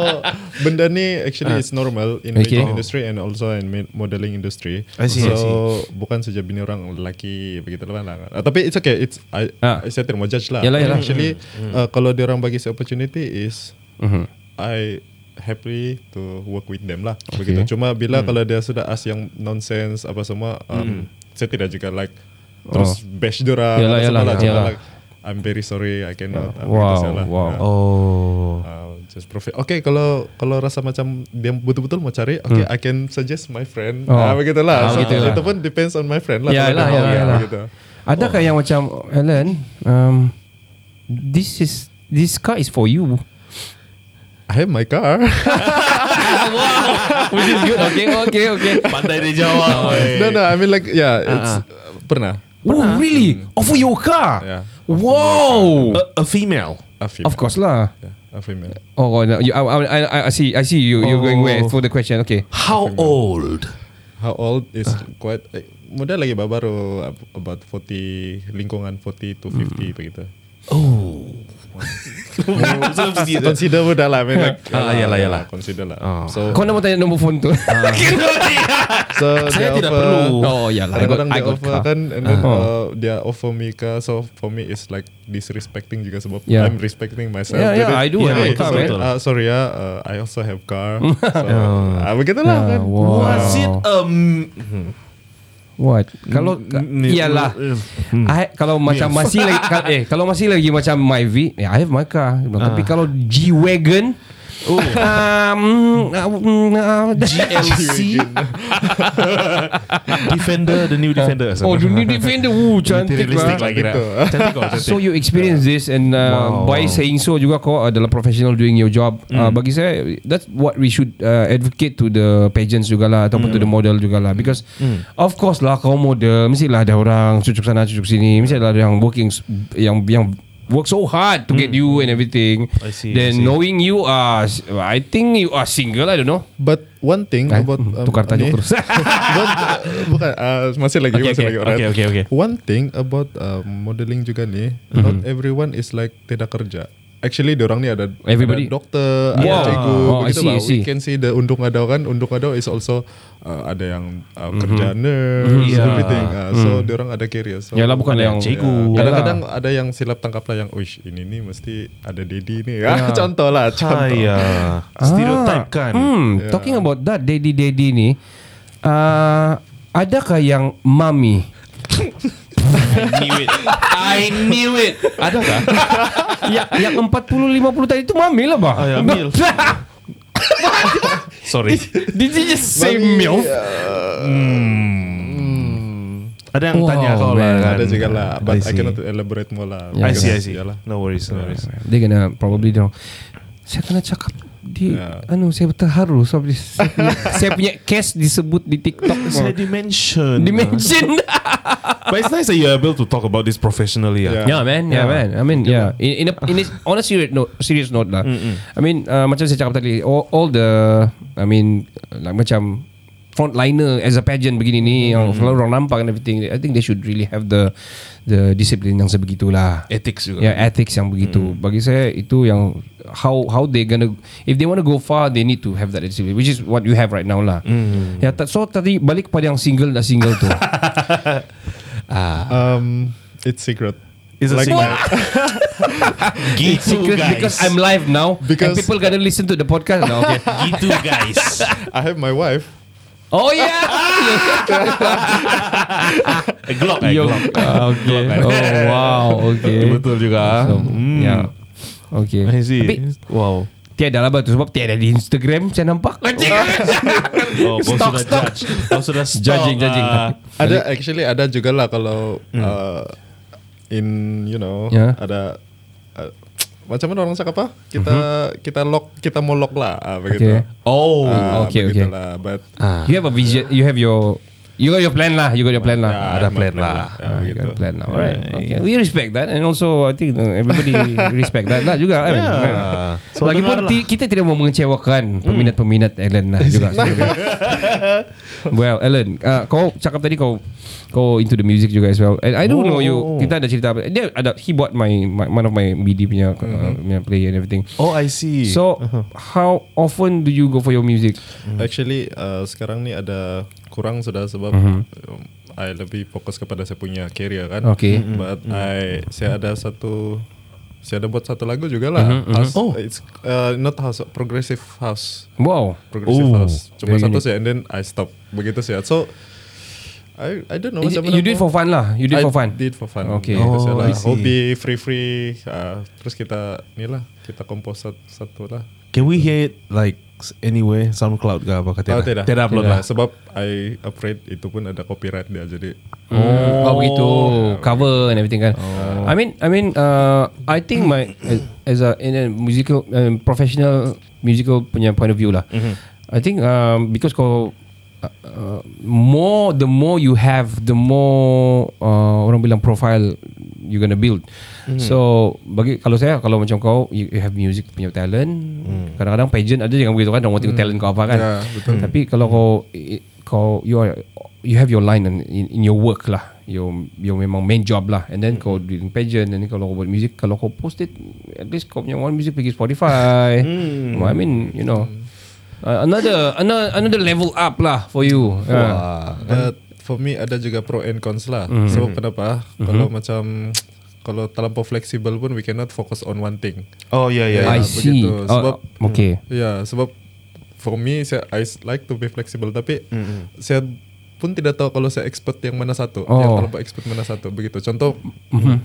Speaker 6: benda ni actually it's normal in
Speaker 2: Ah. Okay.
Speaker 6: making industry and also in ma- modeling industry.
Speaker 3: I see,
Speaker 6: so
Speaker 3: I see.
Speaker 6: bukan saja bini orang lelaki begitu lah. lah. Ah, tapi it's okay. It's I,
Speaker 2: Ah.
Speaker 6: I saya tidak mau judge lah.
Speaker 2: Yalah,
Speaker 6: But
Speaker 2: yalah. Hmm.
Speaker 6: Actually uh, kalau dia orang bagi saya opportunity is
Speaker 2: Mm-hmm.
Speaker 6: I happy to work with them lah. Begitu. Cuma bila
Speaker 2: Hmm.
Speaker 6: kalau dia sudah ask yang nonsense apa semua um, saya tidak juga like terus bash dia orang
Speaker 2: Oh. Yalah,
Speaker 6: apa semua
Speaker 2: yalah,
Speaker 6: lah. Cuma
Speaker 2: yalah.
Speaker 6: like, I'm very sorry I cannot. Ah, begitu
Speaker 2: Wow
Speaker 6: saya lah.
Speaker 2: Wow
Speaker 6: Ah.
Speaker 3: Oh.
Speaker 6: Uh, just profit. Okay, kalau kalau rasa macam dia betul-betul mau cari, okay, I can suggest my friend.
Speaker 2: Oh.
Speaker 6: Ah, begitulah.
Speaker 2: Ah,
Speaker 6: so,
Speaker 2: begitulah.
Speaker 6: Itu pun depends on my friend lah.
Speaker 2: Ya,
Speaker 6: kalau
Speaker 2: lah,
Speaker 6: dia
Speaker 2: ya,
Speaker 6: mau,
Speaker 2: lah,
Speaker 6: ya,
Speaker 2: lah.
Speaker 6: begitu.
Speaker 2: Adakah yang macam Alan um, This is This car is for you
Speaker 6: I have my car.
Speaker 2: Which is good Okay okay okay
Speaker 3: Pandai dia jawab. weh.
Speaker 6: no, no, I mean like, yeah, it's uh, pernah.
Speaker 2: Oh really Offer your car
Speaker 6: Yeah.
Speaker 2: Wow
Speaker 3: A, a female.
Speaker 6: A
Speaker 2: Ya.
Speaker 6: female.
Speaker 2: Of course lah
Speaker 6: Yeah, a female.
Speaker 2: Oh no, you, I, I, I, I see I see you You're going where For the question Okay
Speaker 3: How old?
Speaker 6: How old is quite eh, muda lagi bah, baru ab- about 40 lingkungan 40 to 50 begitu. Consider muda lah, I mean like. uh,
Speaker 3: Ah, yalah, yalah.
Speaker 6: Consider lah.
Speaker 3: Ah.
Speaker 6: So,
Speaker 2: Kau nak mau tanya nombor phone tu
Speaker 6: so
Speaker 3: Saya
Speaker 6: dia
Speaker 3: tidak
Speaker 6: offer-
Speaker 3: perlu.
Speaker 2: Oh ya lah I
Speaker 6: Ada
Speaker 2: got,
Speaker 6: orang
Speaker 2: I
Speaker 6: dia
Speaker 2: got
Speaker 6: offer
Speaker 2: car
Speaker 6: kan And then
Speaker 2: Ah.
Speaker 6: uh, Dia offer me ke So for me it's like Disrespecting juga Sebab
Speaker 2: Yeah.
Speaker 6: I'm respecting myself
Speaker 2: Yeah, yeah,
Speaker 6: Jadi,
Speaker 2: I do have
Speaker 6: yeah,
Speaker 2: a car,
Speaker 6: so,
Speaker 2: man.
Speaker 6: uh, Sorry ya uh, I also have car so, uh, Begitulah
Speaker 2: Ah,
Speaker 6: kan
Speaker 2: wow.
Speaker 3: Was it um
Speaker 2: What? Kalau
Speaker 3: mm,
Speaker 2: iyalah. I, kalau macam masih lagi kal- eh kalau masih lagi macam my V, yeah, I have my car. Tapi kalau G wagon Ah. Oh. Um, uh, mm, uh,
Speaker 3: GLC Defender, the new Defender.
Speaker 2: Oh, the new Defender. Woo, cantik
Speaker 3: Realistic
Speaker 2: lah.
Speaker 3: lagi
Speaker 2: Gitu.
Speaker 3: dah.
Speaker 6: Betul.
Speaker 3: Cantik kau, cantik.
Speaker 2: So you experience this and
Speaker 3: Wow. Hmm.
Speaker 2: uh, by saying so juga kau adalah professional doing your job. Uh, bagi saya that's what we should uh, advocate to the pageants jugalah ataupun to the
Speaker 3: Hmm.
Speaker 2: model jugalah because of course lah kau model mestilah ada orang cucuk sana cucuk sini mestilah ada yang working s- yang yang work so hard to get you and everything.
Speaker 3: Hmm. I see, I
Speaker 2: Then
Speaker 3: see.
Speaker 2: knowing you are I think you are single I don't know.
Speaker 6: But one thing
Speaker 2: Eh,
Speaker 6: about um,
Speaker 2: tukar tajuk
Speaker 6: ni-
Speaker 2: terus.
Speaker 6: But, uh, Bukan uh, Masih lagi
Speaker 3: Okay,
Speaker 6: Masih
Speaker 3: okay,
Speaker 6: lagi alright.
Speaker 3: okay, okay, okay.
Speaker 6: One thing about uh, Modeling juga ni
Speaker 2: Mhm.
Speaker 6: Not everyone is like Tidak kerja Actually diorang ni ada
Speaker 2: Everybody.
Speaker 6: ada dokter
Speaker 2: Wow.
Speaker 6: Ada cikgu
Speaker 2: Oh, I
Speaker 6: begitu
Speaker 2: see,
Speaker 6: lah.
Speaker 2: I see.
Speaker 6: We can see the Undung Adau kan Undung Adau is also uh, Ada yang uh,
Speaker 2: Mhm.
Speaker 6: Kerja nurse
Speaker 2: Iya.
Speaker 3: Yeah.
Speaker 6: Everything uh, So diorang ada career so, uh,
Speaker 2: Yalah bukan
Speaker 3: Ada
Speaker 2: yang
Speaker 3: cikgu.
Speaker 2: Yalah.
Speaker 6: Kadang-kadang ada yang silap tangkap lah Yang wish ini ni mesti Ada daddy ni
Speaker 2: Ya.
Speaker 6: yeah. Contoh lah Contoh
Speaker 3: Saya stereotype kan.
Speaker 2: Hmm, yeah. talking about that daddy daddy ni, uh, adakah yang mami?
Speaker 3: Knew it. I knew it. Adakah?
Speaker 2: ya, yang 40 50 tadi tu mami lah bah.
Speaker 3: Oh, ya, mil. Sorry.
Speaker 2: Did you just say milf?
Speaker 3: Ada yang
Speaker 2: Wow,
Speaker 3: tanya kau lah.
Speaker 2: man.
Speaker 3: kan?
Speaker 6: Ada juga lah But I,
Speaker 3: see.
Speaker 6: cannot elaborate more lah
Speaker 3: I see, I
Speaker 6: Because,
Speaker 3: see.
Speaker 6: yalah.
Speaker 3: No worries, no worries.
Speaker 2: Dia kena probably dia. orang, Saya kena cakap Di,
Speaker 3: Ya.
Speaker 2: Anu saya terharu sebab dia, saya, punya, saya punya case disebut di TikTok.
Speaker 3: Saya dimension.
Speaker 2: Dimension.
Speaker 3: But it's nice that you're able to talk about this professionally. Yeah.
Speaker 2: Yeah man, yeah, yeah man. I mean, yeah. In, in, a, in a, on a serious note, serious note lah. Mm-mm. I mean, uh, macam saya cakap tadi, all, all the, I mean, like macam frontliner as a pageant begini ni, mm-hmm. yang orang nampak and everything. I think they should really have the the discipline yang sebegitulah.
Speaker 3: Ethics juga.
Speaker 2: Ya yeah, ethics Mm. yang begitu. Bagi saya itu yang how how they gonna if they want to go far they need to have that discipline which is what you have right now lah. Mm. Ya yeah, so tadi balik kepada yang single dan single tu.
Speaker 6: Um, it's secret.
Speaker 3: It's a
Speaker 6: Like-
Speaker 3: secret.
Speaker 2: Because, because I'm live now because and
Speaker 6: Because-
Speaker 2: people gonna listen to the podcast now. Okay.
Speaker 3: gitu guys.
Speaker 6: I have my wife.
Speaker 2: Oh yeah.
Speaker 3: A Glock, eh,
Speaker 2: Yo.
Speaker 3: Glock.
Speaker 2: Ah, okay. Oh wow. Okay.
Speaker 3: Betul juga.
Speaker 2: So,
Speaker 3: Hmm.
Speaker 2: Yeah. Okay.
Speaker 3: I see.
Speaker 2: Tapi
Speaker 3: wow.
Speaker 2: tiada lah batu sebab tiada di Instagram saya nampak.
Speaker 3: Oh, kau sudah
Speaker 2: Stock, stock.
Speaker 3: judge. Kau sudah stock.
Speaker 2: Judging, judging.
Speaker 3: ah.
Speaker 6: Ada actually ada juga lah kalau uh, in you know
Speaker 2: Yeah.
Speaker 6: ada uh, macam mana orang cakap apa? Kita kita lock kita mau lock lah ah,
Speaker 2: Okay.
Speaker 6: begitu.
Speaker 3: Oh.
Speaker 6: Ah,
Speaker 2: okay, okay. Ah.
Speaker 6: begitulah. But
Speaker 2: You have a vision. You have your. You got your plan lah. You got your plan lah.
Speaker 6: Ah,
Speaker 3: ada
Speaker 6: my
Speaker 3: plan lah.
Speaker 2: Ah,
Speaker 6: Ah,
Speaker 2: you
Speaker 6: begitu.
Speaker 2: got a plan now, right? Okay. We respect that, and also I think uh, everybody respect that lah juga. I mean,
Speaker 3: Yeah. lah.
Speaker 2: So Lagipun
Speaker 3: dengarlah.
Speaker 2: ti- kita tidak mau mengecewakan
Speaker 3: Hmm.
Speaker 2: peminat-peminat Ellen lah juga. well, Ellen, uh, kau cakap tadi kau kau into the music juga as well. And I
Speaker 3: Oh.
Speaker 2: don't know you. Kita ada cerita apa? Dia ada he bought my, my one of my MIDI punya uh, punya player and everything.
Speaker 3: Mm-hmm. Oh, Uh-huh. I see.
Speaker 2: So how often do you go for your music?
Speaker 6: Actually uh, sekarang ni ada kurang sudah sebab um, I lebih fokus kepada saya punya career kan.
Speaker 2: Okay.
Speaker 6: But I saya ada satu saya ada buat satu lagu juga lah. House, oh. It's uh, not house progressive house.
Speaker 2: Wow.
Speaker 6: Progressive
Speaker 3: Oh,
Speaker 6: house. Cuma
Speaker 2: very
Speaker 6: satu
Speaker 2: unique.
Speaker 6: saja and then I stop. Begitu saja. So I I don't know
Speaker 2: Is it-
Speaker 6: macam
Speaker 2: you
Speaker 6: mana
Speaker 2: did
Speaker 6: mau-
Speaker 2: for fun lah. You did
Speaker 6: I
Speaker 2: for fun.
Speaker 6: Did for fun. Gitu
Speaker 2: Okay.
Speaker 6: Begitu saja
Speaker 3: Oh,
Speaker 6: lah.
Speaker 3: I see.
Speaker 6: Hobi free free. ah, terus kita ni lah kita kompos satu, satu lah.
Speaker 3: Can we hear it like s- anywhere? SoundCloud ke apa? Kata
Speaker 6: Oh, tidak.
Speaker 3: Tidak upload lah.
Speaker 6: Sebab I afraid itu pun ada copyright dia jadi.
Speaker 2: Oh, oh begitu cover and everything kan. Oh. I mean I mean uh, I think my as a in a musical um, professional musical punya point of view lah. Mm-hmm. I think um, because kau uh, uh, more the more you have the more uh, orang bilang profile you gonna build. Mm-hmm. So bagi kalau saya kalau macam kau you, you have music punya talent. Mm. Kadang-kadang pageant ada jangan begitu kan orang tengok talent kau apa kan.
Speaker 6: Ya, betul.
Speaker 2: Tapi kalau kau i- kau you are, you have your line in, in, in your work lah. Your your memang main job lah. And then
Speaker 6: Hmm.
Speaker 2: kau doing pageant and then kalau kau buat music kalau kau post it at least kau punya one music pergi Spotify.
Speaker 6: Hmm.
Speaker 2: Well, I mean, you know. Uh, another another another level up lah for you. Uh,
Speaker 6: But for me ada juga pro and cons lah.
Speaker 2: Mm-hmm.
Speaker 6: Sebab kenapa? Kalau macam kalau terlampau fleksibel pun we cannot focus on one thing.
Speaker 3: Oh, yeah, yeah. yeah.
Speaker 2: I see.
Speaker 6: Eh, begitu. Sebab-
Speaker 2: oh, okay.
Speaker 6: Ya, sebab for me saya I s- like to be flexible tapi saya pun tidak tahu kalau saya expert yang mana satu, yang
Speaker 2: Oh. Mm-hmm.
Speaker 6: terlampau expert mana satu begitu. Contoh,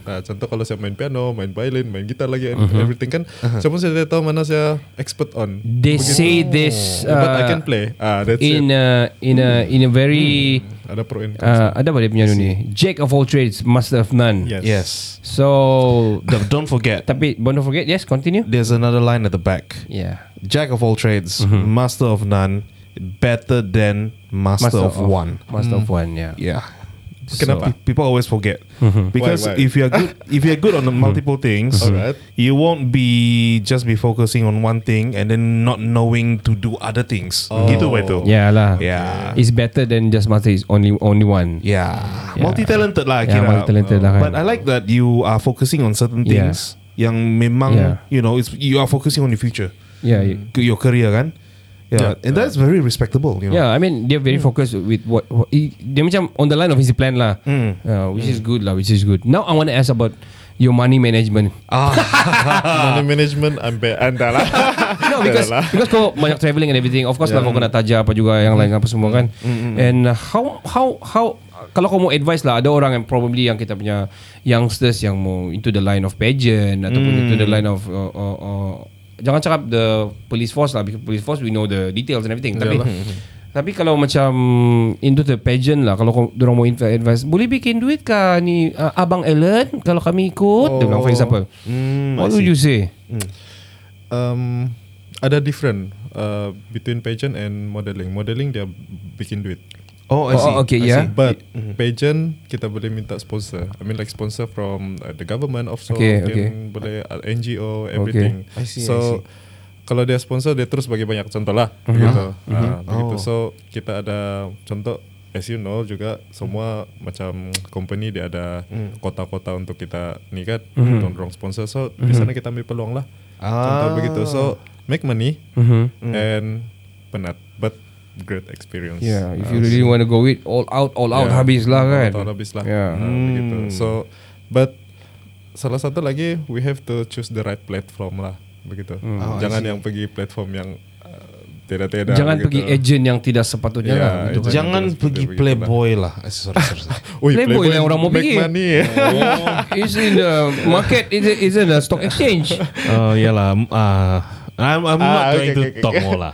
Speaker 6: nah, contoh kalau saya main piano, main violin, main gitar lagi and everything kan,
Speaker 2: Uh-huh.
Speaker 6: saya pun saya tidak tahu mana saya expert on.
Speaker 2: They say this
Speaker 6: Yeah, Oh. but I
Speaker 2: uh,
Speaker 6: can play. Ah, that's
Speaker 2: in
Speaker 6: it. Hmm.
Speaker 2: a, in a in a very
Speaker 6: Ada pro and cons.
Speaker 2: uh, ada apa dia punya ni? Jack of all trades, master of none.
Speaker 6: yes.
Speaker 3: Yes.
Speaker 2: So
Speaker 3: The- Don't forget,
Speaker 2: Tapi but don't forget, yes, continue.
Speaker 3: there's another line at the back.
Speaker 2: Yeah.
Speaker 3: Jack of all trades,
Speaker 2: Mm-hmm.
Speaker 3: master of none, better than master, of, one. Hmm.
Speaker 2: Master of one, yeah.
Speaker 3: Yeah.
Speaker 6: Kenapa?
Speaker 3: Pe- people always forget
Speaker 2: Mm-hmm.
Speaker 3: because
Speaker 6: Why, why?
Speaker 3: if you're good, if you're good on the multiple things,
Speaker 6: Alright.
Speaker 3: you won't be just be focusing on one thing and then not knowing to do other things. Gitu by tu.
Speaker 2: Yeah lah.
Speaker 3: Yeah.
Speaker 2: It's better than just master is only only one.
Speaker 3: Yeah. Multi-talented lah
Speaker 2: Yeah,
Speaker 3: kira.
Speaker 2: multi-talented lah kan.
Speaker 3: But I like that you are focusing on certain
Speaker 2: Yeah.
Speaker 3: things yang memang
Speaker 2: Yeah.
Speaker 3: you know it's you are focusing on the future,
Speaker 2: Yeah. Yeah.
Speaker 3: your career kan. Yeah, and that's very respectable. You know.
Speaker 2: Yeah, I mean they're very
Speaker 3: Hmm.
Speaker 2: focused with what, what he, dia macam on the line of his plan lah,
Speaker 3: Hmm.
Speaker 2: uh, which is good lah, which is good. Now I want to ask about your money management.
Speaker 6: Money management I'm bad. Anda lah.
Speaker 2: no, because
Speaker 6: Adalah.
Speaker 2: because kau banyak travelling and everything. Of course yeah. lah kau kena taja apa juga yang lain apa semua kan. And uh, how how how kalau kau mau advice lah ada orang yang probably yang kita punya youngsters yang mau into the line of pageant ataupun into the line of uh, uh, uh, jangan cakap the police force lah because police force we know the details and everything tapi tapi kalau macam into the pageant lah kalau kau dorang mau inv- advice boleh bikin duit kah ni uh, abang Ellen kalau kami ikut oh. dia bilang for example what would you say
Speaker 6: um, ada different uh, between pageant and modeling. Modeling dia bikin duit.
Speaker 3: Oh, I see.
Speaker 2: Oh, okay,
Speaker 3: I
Speaker 2: yeah.
Speaker 3: see.
Speaker 6: But pageant kita boleh minta sponsor. I mean like sponsor from uh, the government also
Speaker 2: Okay,
Speaker 6: mungkin
Speaker 2: okay.
Speaker 6: boleh uh, NGO everything.
Speaker 3: I see, I
Speaker 6: so
Speaker 3: see.
Speaker 6: kalau dia sponsor dia terus bagi banyak contoh lah
Speaker 2: Mm-hmm.
Speaker 6: gitu. Ah, begitu.
Speaker 3: Oh.
Speaker 6: So kita ada contoh as you know juga semua macam company dia ada
Speaker 3: Mm.
Speaker 6: kota-kota untuk kita ni kan
Speaker 2: Mm-hmm.
Speaker 6: dorong sponsor. So di sana kita ambil peluang lah. Contoh
Speaker 3: Ah.
Speaker 6: begitu. So make money
Speaker 2: Mm-hmm.
Speaker 6: and penat but great experience.
Speaker 2: Yeah, if you
Speaker 6: Ah,
Speaker 2: really want to go it all out, all out habis lah kan.
Speaker 6: Tahun habis lah.
Speaker 2: Yeah.
Speaker 6: Ah, begitu. So, but salah satu lagi we have to choose the right platform lah, begitu.
Speaker 2: Oh,
Speaker 6: Jangan yang pergi platform yang uh, tidak-tidak.
Speaker 2: Jangan
Speaker 6: begitu.
Speaker 2: pergi agent yang tidak sepatutnya
Speaker 6: Yeah,
Speaker 2: lah. Gitu kan.
Speaker 6: agent.
Speaker 3: Ah, Jangan
Speaker 6: Begitu,
Speaker 3: pergi
Speaker 6: begitu lah.
Speaker 3: playboy lah. Eh, Sorry, sorry, sorry.
Speaker 6: Ui,
Speaker 2: Playboy lah orang mau
Speaker 6: make
Speaker 2: pergi. Oh.
Speaker 6: Money.
Speaker 2: It's in the market. It's, it's in the stock exchange.
Speaker 3: Oh, yalah. Ah, I'm, I'm not
Speaker 6: Ah,
Speaker 3: going
Speaker 6: okay,
Speaker 3: to
Speaker 6: okay,
Speaker 3: talk more lah.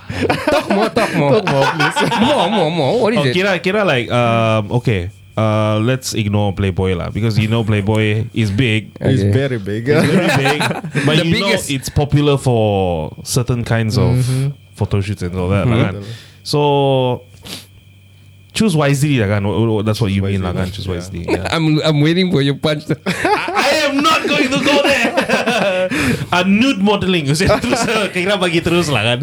Speaker 2: Talk more, talk more. Talk more, please. more, more, more. What is
Speaker 3: Oh,
Speaker 2: it?
Speaker 3: kira kira like um, okay. Uh, let's ignore Playboy lah because you know Playboy is big,
Speaker 6: It's
Speaker 2: Okay.
Speaker 6: very big.
Speaker 3: very big, but
Speaker 2: The
Speaker 3: you
Speaker 2: biggest.
Speaker 3: know it's popular for certain kinds of
Speaker 2: Mm-hmm.
Speaker 3: photo shoots and all that, lah kan? So choose wisely, lah kan? O- o- That's what you mean, lah kan? Choose wisely. yeah.
Speaker 2: I'm I'm waiting for your punch.
Speaker 3: I am not going to go there. A nude modeling. Saya terus eh, kira bagi terus lah kan.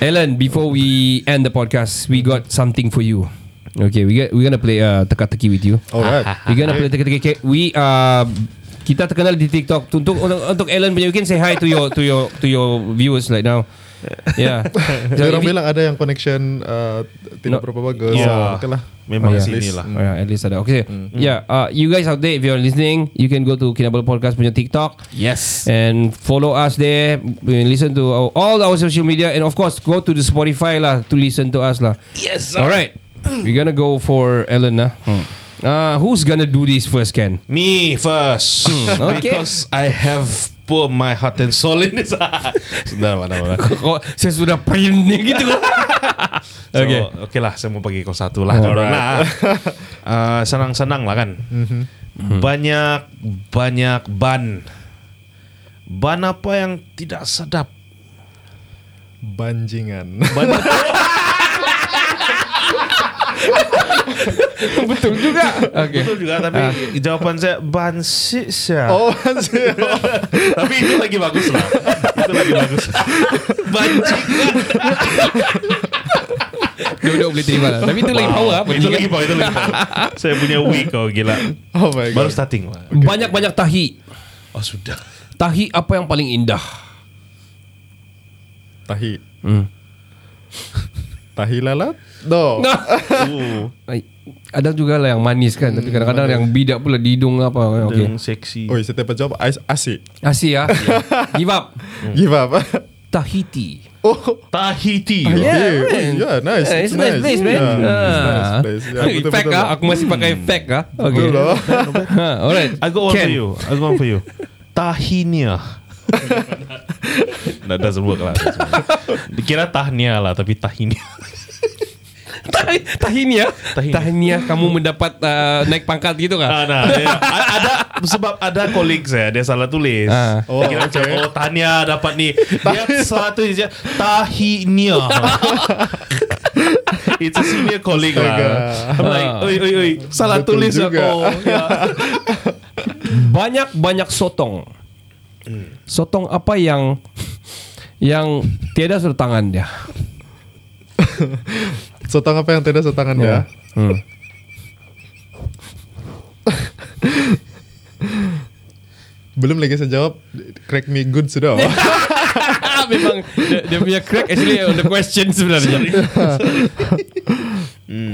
Speaker 2: Ellen, before we end the podcast, we got something for you. Okay, we get, we're gonna play uh, teka-teki with you.
Speaker 6: Alright.
Speaker 2: We're gonna play teka-teki. We uh, kita terkenal di TikTok. Untuk untuk, untuk Ellen punya, you can say hi to your to your to your viewers right now. Yeah. So if
Speaker 6: Orang
Speaker 2: you-
Speaker 6: bilang ada yang connection uh,
Speaker 2: No.
Speaker 6: tidak berapa bagus.
Speaker 3: Yeah.
Speaker 6: So, okay lah.
Speaker 3: Memang
Speaker 2: Oh, yeah.
Speaker 3: sini lah. Hmm.
Speaker 2: Oh, yeah, at least ada. Okay. Yeah, uh, you guys out there, if you're listening, you can go to Kinabalu Podcast punya TikTok
Speaker 3: Yes.
Speaker 2: and follow us there. We listen to our, all our social media and of course go to the Spotify lah to listen to us lah. Yes. All right. We're gonna go for Ellen lah.
Speaker 3: Hmm.
Speaker 2: Uh, who's gonna do this first, Ken?
Speaker 3: Me first.
Speaker 2: okay.
Speaker 3: Because I have put my heart and soul in this. Sudah, mana, mana.
Speaker 2: Kok saya sudah pening gitu.
Speaker 3: So,
Speaker 2: Okay.
Speaker 3: okay. okay lah, saya mau bagi kau satu lah. Nah, uh, senang-senang lah kan.
Speaker 2: Mhm.
Speaker 3: Hmm. Banyak, banyak ban. Ban apa yang tidak sedap?
Speaker 6: Banjingan.
Speaker 2: Betul juga. Okay.
Speaker 3: Betul juga, tapi jawapan saya ban sih
Speaker 6: oh, banjingan.
Speaker 3: Tapi itu lagi bagus lah. Itu lagi bagus. Banjing.
Speaker 2: Dua-dua boleh terima lah. Tapi itu lagi power apa?
Speaker 3: Itu lagi power, itu lagi power. Saya punya week kau gila.
Speaker 6: Oh my
Speaker 3: Baru
Speaker 6: god.
Speaker 3: starting lah.
Speaker 2: Banyak-banyak tahi.
Speaker 3: Oh sudah.
Speaker 2: Tahi apa yang paling indah?
Speaker 6: Tahi.
Speaker 2: Hmm.
Speaker 6: Tahi lalat? No.
Speaker 2: Nah.
Speaker 6: Hmm.
Speaker 2: Ay, ada juga lah yang manis kan Tapi kadang-kadang yang bidak pula di hidung apa ya,
Speaker 3: Yang
Speaker 6: Hmm.
Speaker 2: okay.
Speaker 3: seksi.
Speaker 6: Oi, saya dapat jawab as- asik.
Speaker 2: Asyik ya Give up
Speaker 6: Give up.
Speaker 2: Tahiti
Speaker 6: oh.
Speaker 3: Tahiti.
Speaker 6: Yeah, yeah, yeah nice.
Speaker 2: Eh, It's a nice place man
Speaker 6: Yeah,
Speaker 2: Ah.
Speaker 6: It's nice place. Yeah, betul,
Speaker 2: Fact
Speaker 6: betul.
Speaker 2: ah, Aku masih pakai fact ah. Okay
Speaker 6: Betul loh.
Speaker 2: Ha, Alright
Speaker 3: I got one
Speaker 2: Ken.
Speaker 3: for you. I got one for you. Tahinia. That doesn't work lah. Doesn't work. Dikira tahnia lah tapi tahinia.
Speaker 2: Tah- Tahini ya
Speaker 3: Tahini.
Speaker 2: Tahini ya Kamu mendapat ah, Naik pangkat gitu
Speaker 3: Ah,
Speaker 2: kan
Speaker 3: nah, dia- a- ada sebab ada colleague saya dia salah tulis.
Speaker 2: Ah.
Speaker 3: Oh, Kira macam oh Tahnia dapat ni. Dia salah tulis dia Tahinia. It's a senior colleague lah. I'm like, oi oi oi, salah
Speaker 6: Betul
Speaker 3: tulis
Speaker 6: juga.
Speaker 3: aku. Ya.
Speaker 2: Banyak-banyak sotong
Speaker 3: Hmm.
Speaker 2: Sotong apa yang Yang Tiada suruh tangan dia
Speaker 6: Sotang apa yang tidak setangan ya?
Speaker 3: Oh.
Speaker 2: Hmm.
Speaker 6: Belum lagi saya jawab. Crack me good sudah.
Speaker 2: Ah, memang dia, dia punya crack actually on the question sebenarnya.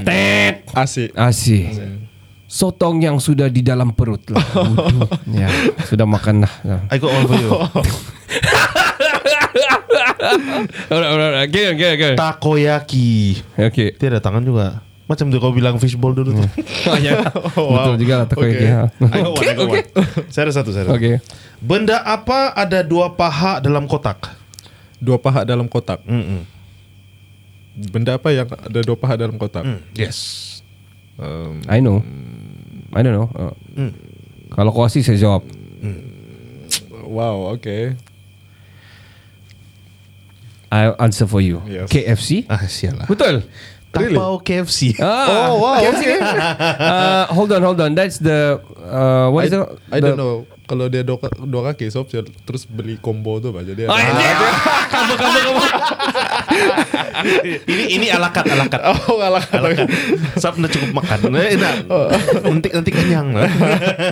Speaker 2: Tet.
Speaker 6: Asik.
Speaker 2: Asih. Sotong yang sudah di dalam perut lah. Waduh. ya, sudah makan lah.
Speaker 3: I got one for you.
Speaker 2: Alright, alright, alright. Get on, get on, get on.
Speaker 3: Takoyaki.
Speaker 2: Okay.
Speaker 3: Dia ada tangan juga. Macam tu kau bilang fishball dulu tu.
Speaker 2: Oh, ya. Betul juga lah takoyaki.
Speaker 6: Okay.
Speaker 2: ha.
Speaker 3: I got one, I got
Speaker 2: Okay,
Speaker 3: one. Saya ada satu, saya ada satu.
Speaker 2: Okay.
Speaker 3: Benda apa ada dua paha dalam kotak?
Speaker 6: Dua paha dalam kotak.
Speaker 3: Mm-mm.
Speaker 6: Benda apa yang ada dua paha dalam kotak?
Speaker 3: Hmm. Yes.
Speaker 2: I know. I don't know. Uh,
Speaker 3: Hmm.
Speaker 2: Kalau kau asyik saya jawab.
Speaker 6: Wow, oke.
Speaker 2: I'll answer for you.
Speaker 6: Yes.
Speaker 2: KFC.
Speaker 3: Ah, sial lah.
Speaker 2: Betul.
Speaker 3: Tapau KFC.
Speaker 2: Ah,
Speaker 6: Oh, wow,
Speaker 2: KFC kan? uh, hold on, hold on. That's the uh, what is
Speaker 6: I,
Speaker 2: the?
Speaker 6: I
Speaker 2: the,
Speaker 6: don't know kalau dia dua, ka- dua kaki sop dia terus beli combo tu aja dia.
Speaker 2: Ah, ini kamu kamu kamu.
Speaker 3: ini ini alakat alakat.
Speaker 6: Oh alah.
Speaker 3: alakat. Sab na cukup makan. Eh, nah. Nanti nanti kenyang eh. lah.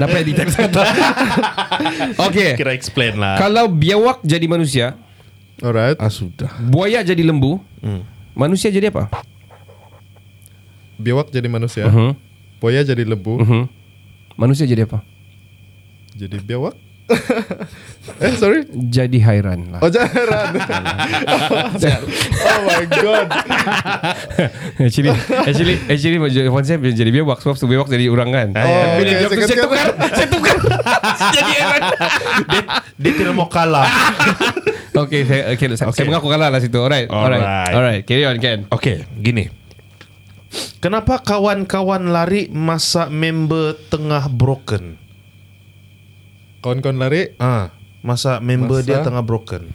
Speaker 2: Dapat di teks Okay.
Speaker 3: Kira explain lah.
Speaker 2: Kalau biawak jadi manusia,
Speaker 6: Alright.
Speaker 3: Ah sudah.
Speaker 2: buaya jadi lembu,
Speaker 6: Hmm.
Speaker 2: manusia jadi apa?
Speaker 6: Biawak jadi manusia.
Speaker 3: Uh-huh.
Speaker 6: Buaya jadi lembu.
Speaker 2: Mm-hmm. Manusia jadi apa?
Speaker 6: Jadi biawak. eh sorry.
Speaker 2: Jadi hairan lah.
Speaker 6: Oh jaran. oh my god.
Speaker 2: actually, actually, actually konsep jadi biawak sebab tu biawak jadi orang kan.
Speaker 6: Oh,
Speaker 2: Tapi dia
Speaker 6: okay,
Speaker 2: jawab tu,
Speaker 6: second
Speaker 2: saya tukar, saya tukar. jadi hairan.
Speaker 3: Dia tidak mau kalah.
Speaker 2: Okay, saya, okay, saya, saya
Speaker 3: Okay.
Speaker 2: mengaku kalah lah situ. Alright, alright,
Speaker 3: Alright.
Speaker 2: alright. Carry on, Ken.
Speaker 3: Oke, gini. Kenapa kawan-kawan lari masa member tengah broken?
Speaker 6: Kawan-kawan lari
Speaker 3: Ah, masa member
Speaker 6: Masa?
Speaker 3: dia tengah broken.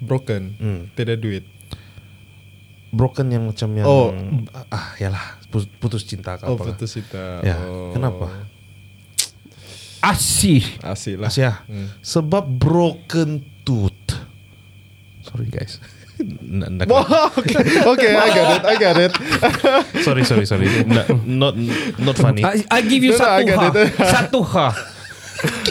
Speaker 6: broken.
Speaker 3: Hmm.
Speaker 6: Tidak duit.
Speaker 3: Broken yang macam yang
Speaker 6: Oh.
Speaker 3: ah yalah pus- putus cinta ke
Speaker 6: Oh
Speaker 3: apalah.
Speaker 6: putus cinta.
Speaker 3: Ya,
Speaker 6: Oh.
Speaker 3: kenapa?
Speaker 2: Asih.
Speaker 6: Asik lah.
Speaker 3: Asia.
Speaker 6: Hmm.
Speaker 3: Sebab broken tooth. Sorry guys. N- nak-
Speaker 6: okay. okay, I got it. I got it.
Speaker 3: sorry sorry sorry. N- not not funny.
Speaker 2: I, I give you
Speaker 6: No, no, I
Speaker 2: satu
Speaker 6: get
Speaker 2: ha.
Speaker 6: it.
Speaker 2: Satu ha.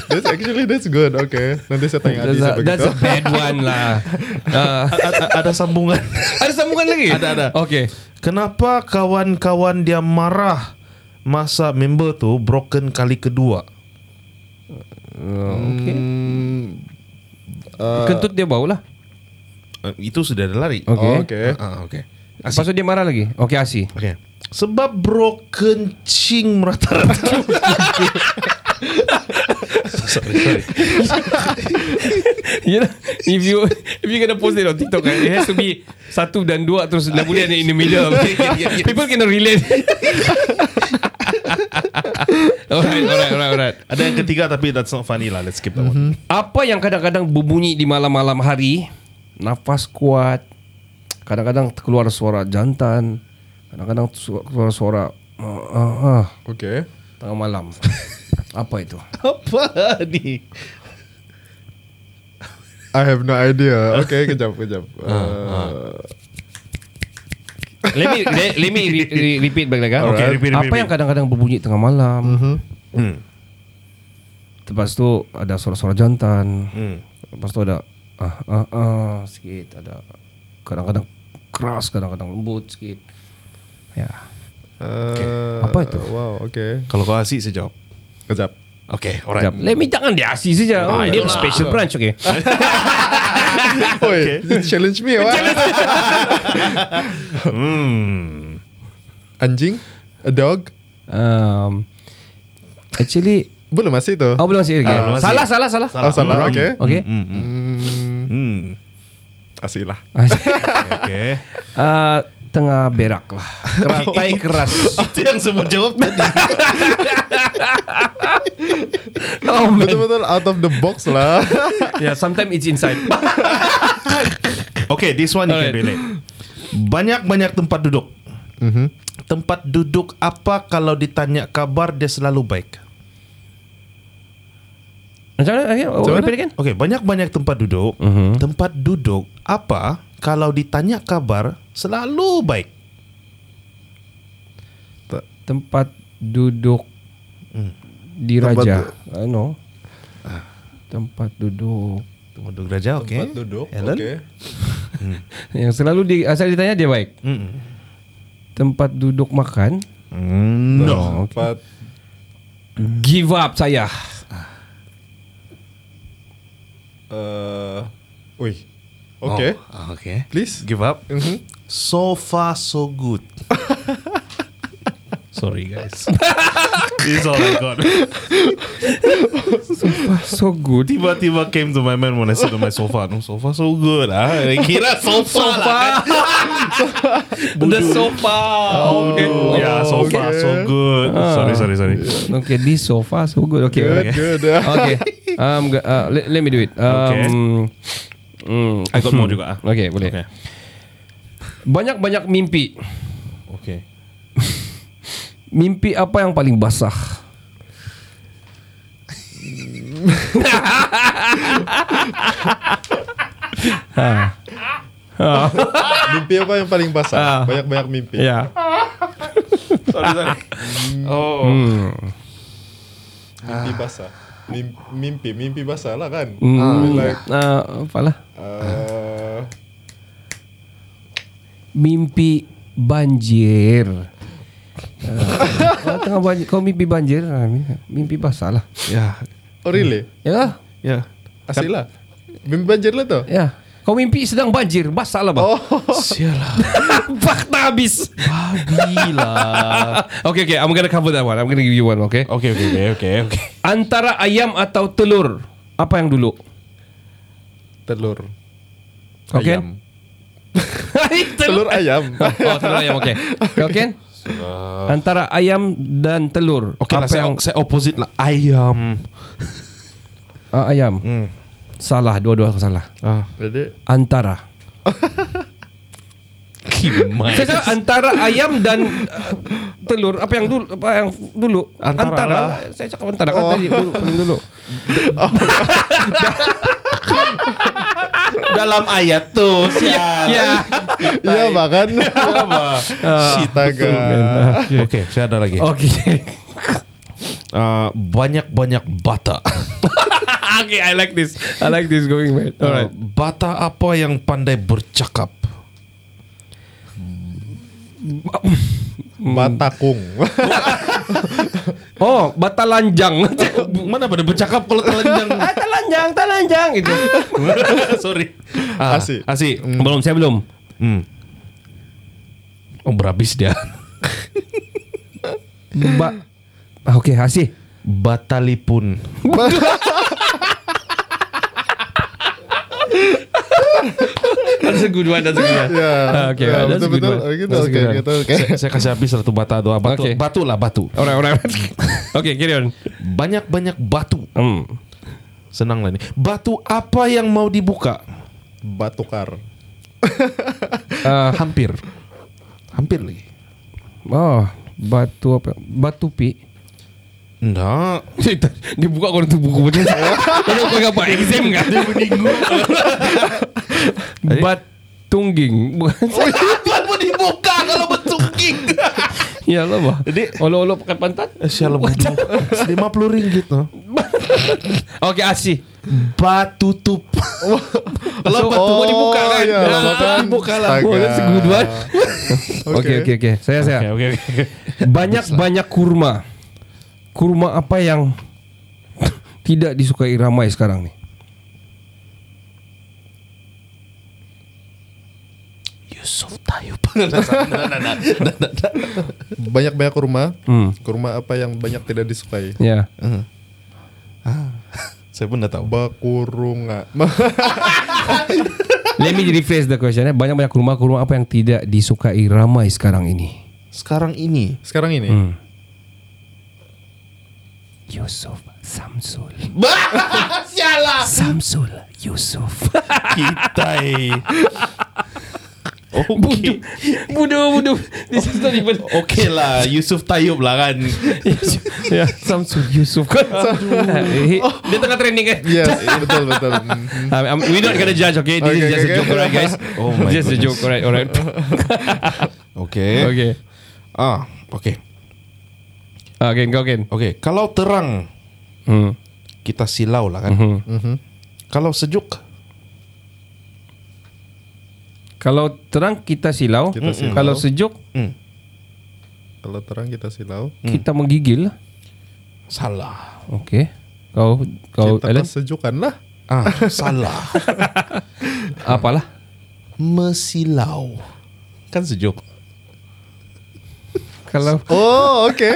Speaker 6: That's actually that's good. Okay. Nanti saya tanya
Speaker 2: That's
Speaker 6: Adi
Speaker 2: a,
Speaker 6: sebab
Speaker 2: that's
Speaker 6: itu.
Speaker 2: a bad one lah. Uh,
Speaker 3: A- ada sambungan.
Speaker 2: ada sambungan lagi?
Speaker 3: Ada, ada.
Speaker 2: Okay.
Speaker 3: Kenapa kawan-kawan dia marah masa member tu broken kali kedua?
Speaker 2: Kentut dia bau lah.
Speaker 3: Eh, Itu sudah ada lari.
Speaker 2: Okay.
Speaker 6: Oh, okay.
Speaker 3: Ah, okay.
Speaker 2: Lepas tu dia marah lagi. Okay, Asih.
Speaker 3: Okay. Sebab broken cing rata-rata. sorry, sorry.
Speaker 2: You know, Ya lah. if you if you gonna post it on TikTok, kan, it has to be satu dan dua terus dah boleh ada in the middle. People cannot relate. alright, alright, alright, alright.
Speaker 3: Ada yang ketiga tapi that's not funny lah. Let's skip that one.
Speaker 2: Apa yang kadang-kadang berbunyi di malam-malam hari Nafas kuat Kadang-kadang keluar suara jantan Kadang-kadang su- keluar suara ah, ah, ah,
Speaker 6: Okay.
Speaker 2: Tengah malam Apa itu?
Speaker 3: Apa ni?
Speaker 6: I have no idea. Okay, kejap, kejap. Uh,
Speaker 2: Let me, let, let me re, re, repeat Mm-hmm. back lagi ah.
Speaker 3: Okay, repeat, repeat,
Speaker 2: Apa yang
Speaker 3: repeat.
Speaker 2: kadang-kadang berbunyi tengah malam
Speaker 3: Hmm.
Speaker 2: Lepas tu ada suara-suara jantan
Speaker 3: Hmm.
Speaker 2: Lepas tu ada ah, ah, ah, Sikit ada Kadang-kadang keras Kadang-kadang lembut sikit Ya
Speaker 6: uh,
Speaker 2: Apa itu?
Speaker 6: Wow, okay.
Speaker 3: Kalau kau asyik saya jawab.
Speaker 6: Kejap.
Speaker 3: Okay,
Speaker 2: Sekejap.
Speaker 3: alright.
Speaker 2: Let me jangan dia asih saja. Oh, dia special branch okay.
Speaker 6: Oi, you challenge me. What?
Speaker 3: Hmm.
Speaker 6: Anjing? A dog?
Speaker 2: Um, actually,
Speaker 6: Belum masih itu.
Speaker 2: oh belum masih Mm, lagi.
Speaker 3: Ah, belum masih.
Speaker 2: salah, salah, salah.
Speaker 6: Oh, salah. Okay.
Speaker 2: Okay.
Speaker 3: Hmm. Hmm. Hmm.
Speaker 6: Asik lah.
Speaker 3: Okay.
Speaker 2: Ah, tengah berak lah. Keras, tai keras.
Speaker 3: Itu yang semua jawab tadi.
Speaker 2: Oh man.
Speaker 6: Betul-betul out of the box lah.
Speaker 2: Yeah, sometimes it's inside.
Speaker 3: Okay, this one you can
Speaker 2: Alright.
Speaker 3: relate. Banyak-banyak tempat duduk. Mm-hmm. Tempat duduk apa kalau ditanya kabar dia selalu baik?
Speaker 2: Macam mana? Okay, oh, repeat again.
Speaker 3: Okay, banyak-banyak tempat duduk. Tempat duduk apa kalau ditanya kabar selalu baik?
Speaker 2: Tempat duduk Mm. di
Speaker 6: Tempat
Speaker 2: raja. Uh, no. Ah. Tempat duduk
Speaker 3: Tempat duduk raja, okay.
Speaker 6: Tempat duduk.
Speaker 3: Alan?
Speaker 6: Okay.
Speaker 2: yang selalu di asal ditanya dia baik.
Speaker 3: Mm-mm.
Speaker 2: Tempat duduk makan. Oh,
Speaker 3: Mm, No.
Speaker 6: Tempat
Speaker 2: Give up saya.
Speaker 6: uh, Ui. Okay.
Speaker 3: Oh, okay.
Speaker 6: Please.
Speaker 3: Give up.
Speaker 6: Mhm.
Speaker 3: So far so good. Sorry guys. This is all I got.
Speaker 2: So good.
Speaker 3: Tiba-tiba came to my mind when I said on my sofa. No, so far so good. Ah, kira sofa, lah. kan?
Speaker 2: Sofa. The sofa. Oh, okay.
Speaker 3: Oh, Ah. Hmm. yeah, so
Speaker 6: okay.
Speaker 3: far so good. Sorry, sorry, sorry.
Speaker 2: Okay, this sofa so good. Okay,
Speaker 6: Good,
Speaker 2: okay.
Speaker 6: good.
Speaker 2: okay. Um, g- uh, let, let me do it. Um, Hmm.
Speaker 3: I got more juga ah.
Speaker 2: Okay, boleh.
Speaker 3: Okay.
Speaker 2: Banyak-banyak mimpi.
Speaker 3: Okay.
Speaker 2: Mimpi apa yang paling basah?
Speaker 6: Mimpi apa yang paling basah? Banyak-banyak mimpi.
Speaker 2: Ya.
Speaker 3: Sorry, sorry. Oh.
Speaker 6: Mimpi basah. Mim- Mimpi, mimpi basah lah kan.
Speaker 2: Hmm.
Speaker 6: Like,
Speaker 2: Uh, apalah.
Speaker 6: uh,
Speaker 2: Mimpi banjir. Ah, kau tengah banjir, kau mimpi banjir, ah, mimpi basah lah.
Speaker 3: Ya.
Speaker 6: oh really?
Speaker 2: Ya lah.
Speaker 3: Ya.
Speaker 6: Asyik lah. Mimpi banjir lah tu.
Speaker 2: Ya. Kau mimpi sedang banjir, basah lah bang. Oh.
Speaker 3: Sialah.
Speaker 2: Fakta habis.
Speaker 3: Bila.
Speaker 2: okay, okay. I'm gonna cover that one. I'm gonna give you one, okay?
Speaker 3: Okay, okay, okay, okay, okay.
Speaker 2: Antara ayam atau telur, apa yang dulu?
Speaker 6: Telur.
Speaker 2: Okay.
Speaker 6: Ayam. Telur ayam.
Speaker 2: Oh, telur ayam, okay. Okay? Antara ayam dan telur.
Speaker 3: Okay lah,
Speaker 2: apa
Speaker 3: saya,
Speaker 2: yang Hmm.
Speaker 3: saya opposite lah. Ayam.
Speaker 2: Ah, ayam?
Speaker 3: Hmm.
Speaker 2: Salah, dua-dua salah.
Speaker 3: Ah.
Speaker 6: Jadi,
Speaker 2: Antara.
Speaker 3: Kimai.
Speaker 2: Saya cakap antara ayam dan uh, telur apa yang dulu apa yang dulu
Speaker 3: Antara lah.
Speaker 2: saya cakap antara kan tadi dulu paling dulu.
Speaker 3: dalam ayat tu. Sial.
Speaker 2: Ya.
Speaker 6: iya makan.
Speaker 3: Ah.
Speaker 6: Astaga.
Speaker 3: Okay. okay, saya ada
Speaker 2: Ah.
Speaker 3: lagi.
Speaker 2: Okay.
Speaker 3: Uh, banyak-banyak bata.
Speaker 2: okay, I like this. I like this going man.
Speaker 3: Alright. Bata apa yang pandai bercakap?
Speaker 6: Batakung.
Speaker 2: Oh, batalanjang.
Speaker 3: Mana pada bercakap kalau telanjang?
Speaker 2: ah, gitu. talanjang, talanjang itu.
Speaker 3: Sorry.
Speaker 6: Asik.
Speaker 3: Asik.
Speaker 2: Ah, belum, saya belum.
Speaker 3: Hmm. Oh, berhabis dia.
Speaker 2: Ba ah, Okay, Hasih.
Speaker 3: Batalipun.
Speaker 2: That's a good one. That's a good one.
Speaker 6: Ya.
Speaker 2: Okay,
Speaker 6: Ya,
Speaker 2: that's a good
Speaker 6: betul-betul. gitu,
Speaker 2: one.
Speaker 6: Okay,
Speaker 2: That's a
Speaker 6: okay,
Speaker 2: good one.
Speaker 6: okay, okay.
Speaker 3: saya, saya kasih habis satu bata dua batu.
Speaker 2: Okay.
Speaker 3: Batu lah batu.
Speaker 2: Alright, alright. okay, carry on.
Speaker 3: Banyak-banyak batu.
Speaker 2: Hmm.
Speaker 3: Senang lah ni. Batu apa yang mau dibuka?
Speaker 6: Batukar.
Speaker 2: Eh,
Speaker 3: Ah, hampir. Hampir lagi.
Speaker 2: Oh, batu apa? Batu pi.
Speaker 3: Enggak.
Speaker 2: Eh, Dia buka kau tu buku macam ni. Kau kau apa exam kan? Dia meninggu. Bat tungging.
Speaker 3: Oh,
Speaker 2: Bukan.
Speaker 3: Apa mau dibuka kalau bertungking?
Speaker 2: ya lah bah. Jadi olok-olok pakai pantat.
Speaker 3: Sial bodoh. 50 ringgit no.
Speaker 2: Okey asih.
Speaker 3: Batu tup.
Speaker 2: Kalau batu mau dibuka kan.
Speaker 6: ya,
Speaker 2: Ah,
Speaker 6: batu kan.
Speaker 2: dibuka lah.
Speaker 6: Astaga.
Speaker 2: Oh, that's a good one. Okey okey okey. Saya saya.
Speaker 3: Oke oke.
Speaker 2: Banyak-banyak kurma. Kurma apa yang tidak disukai ramai sekarang ni?
Speaker 3: Yusuf Tayub.
Speaker 6: Banyak-banyak kurma.
Speaker 2: Hmm.
Speaker 6: Kurma apa yang banyak tidak disukai?
Speaker 2: Ya.
Speaker 3: Saya pun enggak tahu.
Speaker 6: Bakurunga.
Speaker 2: Let me rephrase the question. eh. Banyak-banyak kurma-kurma apa yang tidak disukai ramai sekarang ini?
Speaker 3: Sekarang ini
Speaker 6: Sekarang ini.
Speaker 2: Hmm. Yusuf Samsul. Sialah. Samsul Yusuf.
Speaker 3: kita eh.
Speaker 2: Bodoh. Bodoh, bodoh. This is not even
Speaker 3: Oke lah Yusuf Tayub lah kan.
Speaker 2: Ya, Samsul Yusuf. Dia tengah training kan?
Speaker 6: Yes, iya, betul betul. Mhm.
Speaker 2: I mean, we're not gonna judge, okay? This
Speaker 6: Okay,
Speaker 2: is just a
Speaker 6: okay,
Speaker 2: joke,
Speaker 6: okay.
Speaker 2: alright, guys?
Speaker 3: Oh my
Speaker 2: just a
Speaker 3: goodness.
Speaker 2: joke, alright, alright.
Speaker 3: Oke.
Speaker 2: okay,
Speaker 3: Ah, oke.
Speaker 2: okay, kau kan?
Speaker 3: Oke, kalau terang
Speaker 2: Hmm.
Speaker 3: kita silau lah kan. Kalau sejuk
Speaker 2: Kalau terang kita silau, Hmm.
Speaker 6: Kita silau.
Speaker 2: kalau sejuk
Speaker 6: Kalau terang kita silau.
Speaker 2: kita menggigil.
Speaker 3: salah.
Speaker 2: Okay. Kau kau
Speaker 6: Kita
Speaker 2: Alan
Speaker 6: kesejukan kan lah.
Speaker 3: Ah, salah.
Speaker 2: apalah?
Speaker 3: Mesilau. Kan sejuk.
Speaker 2: Kalau
Speaker 6: Oh, oke.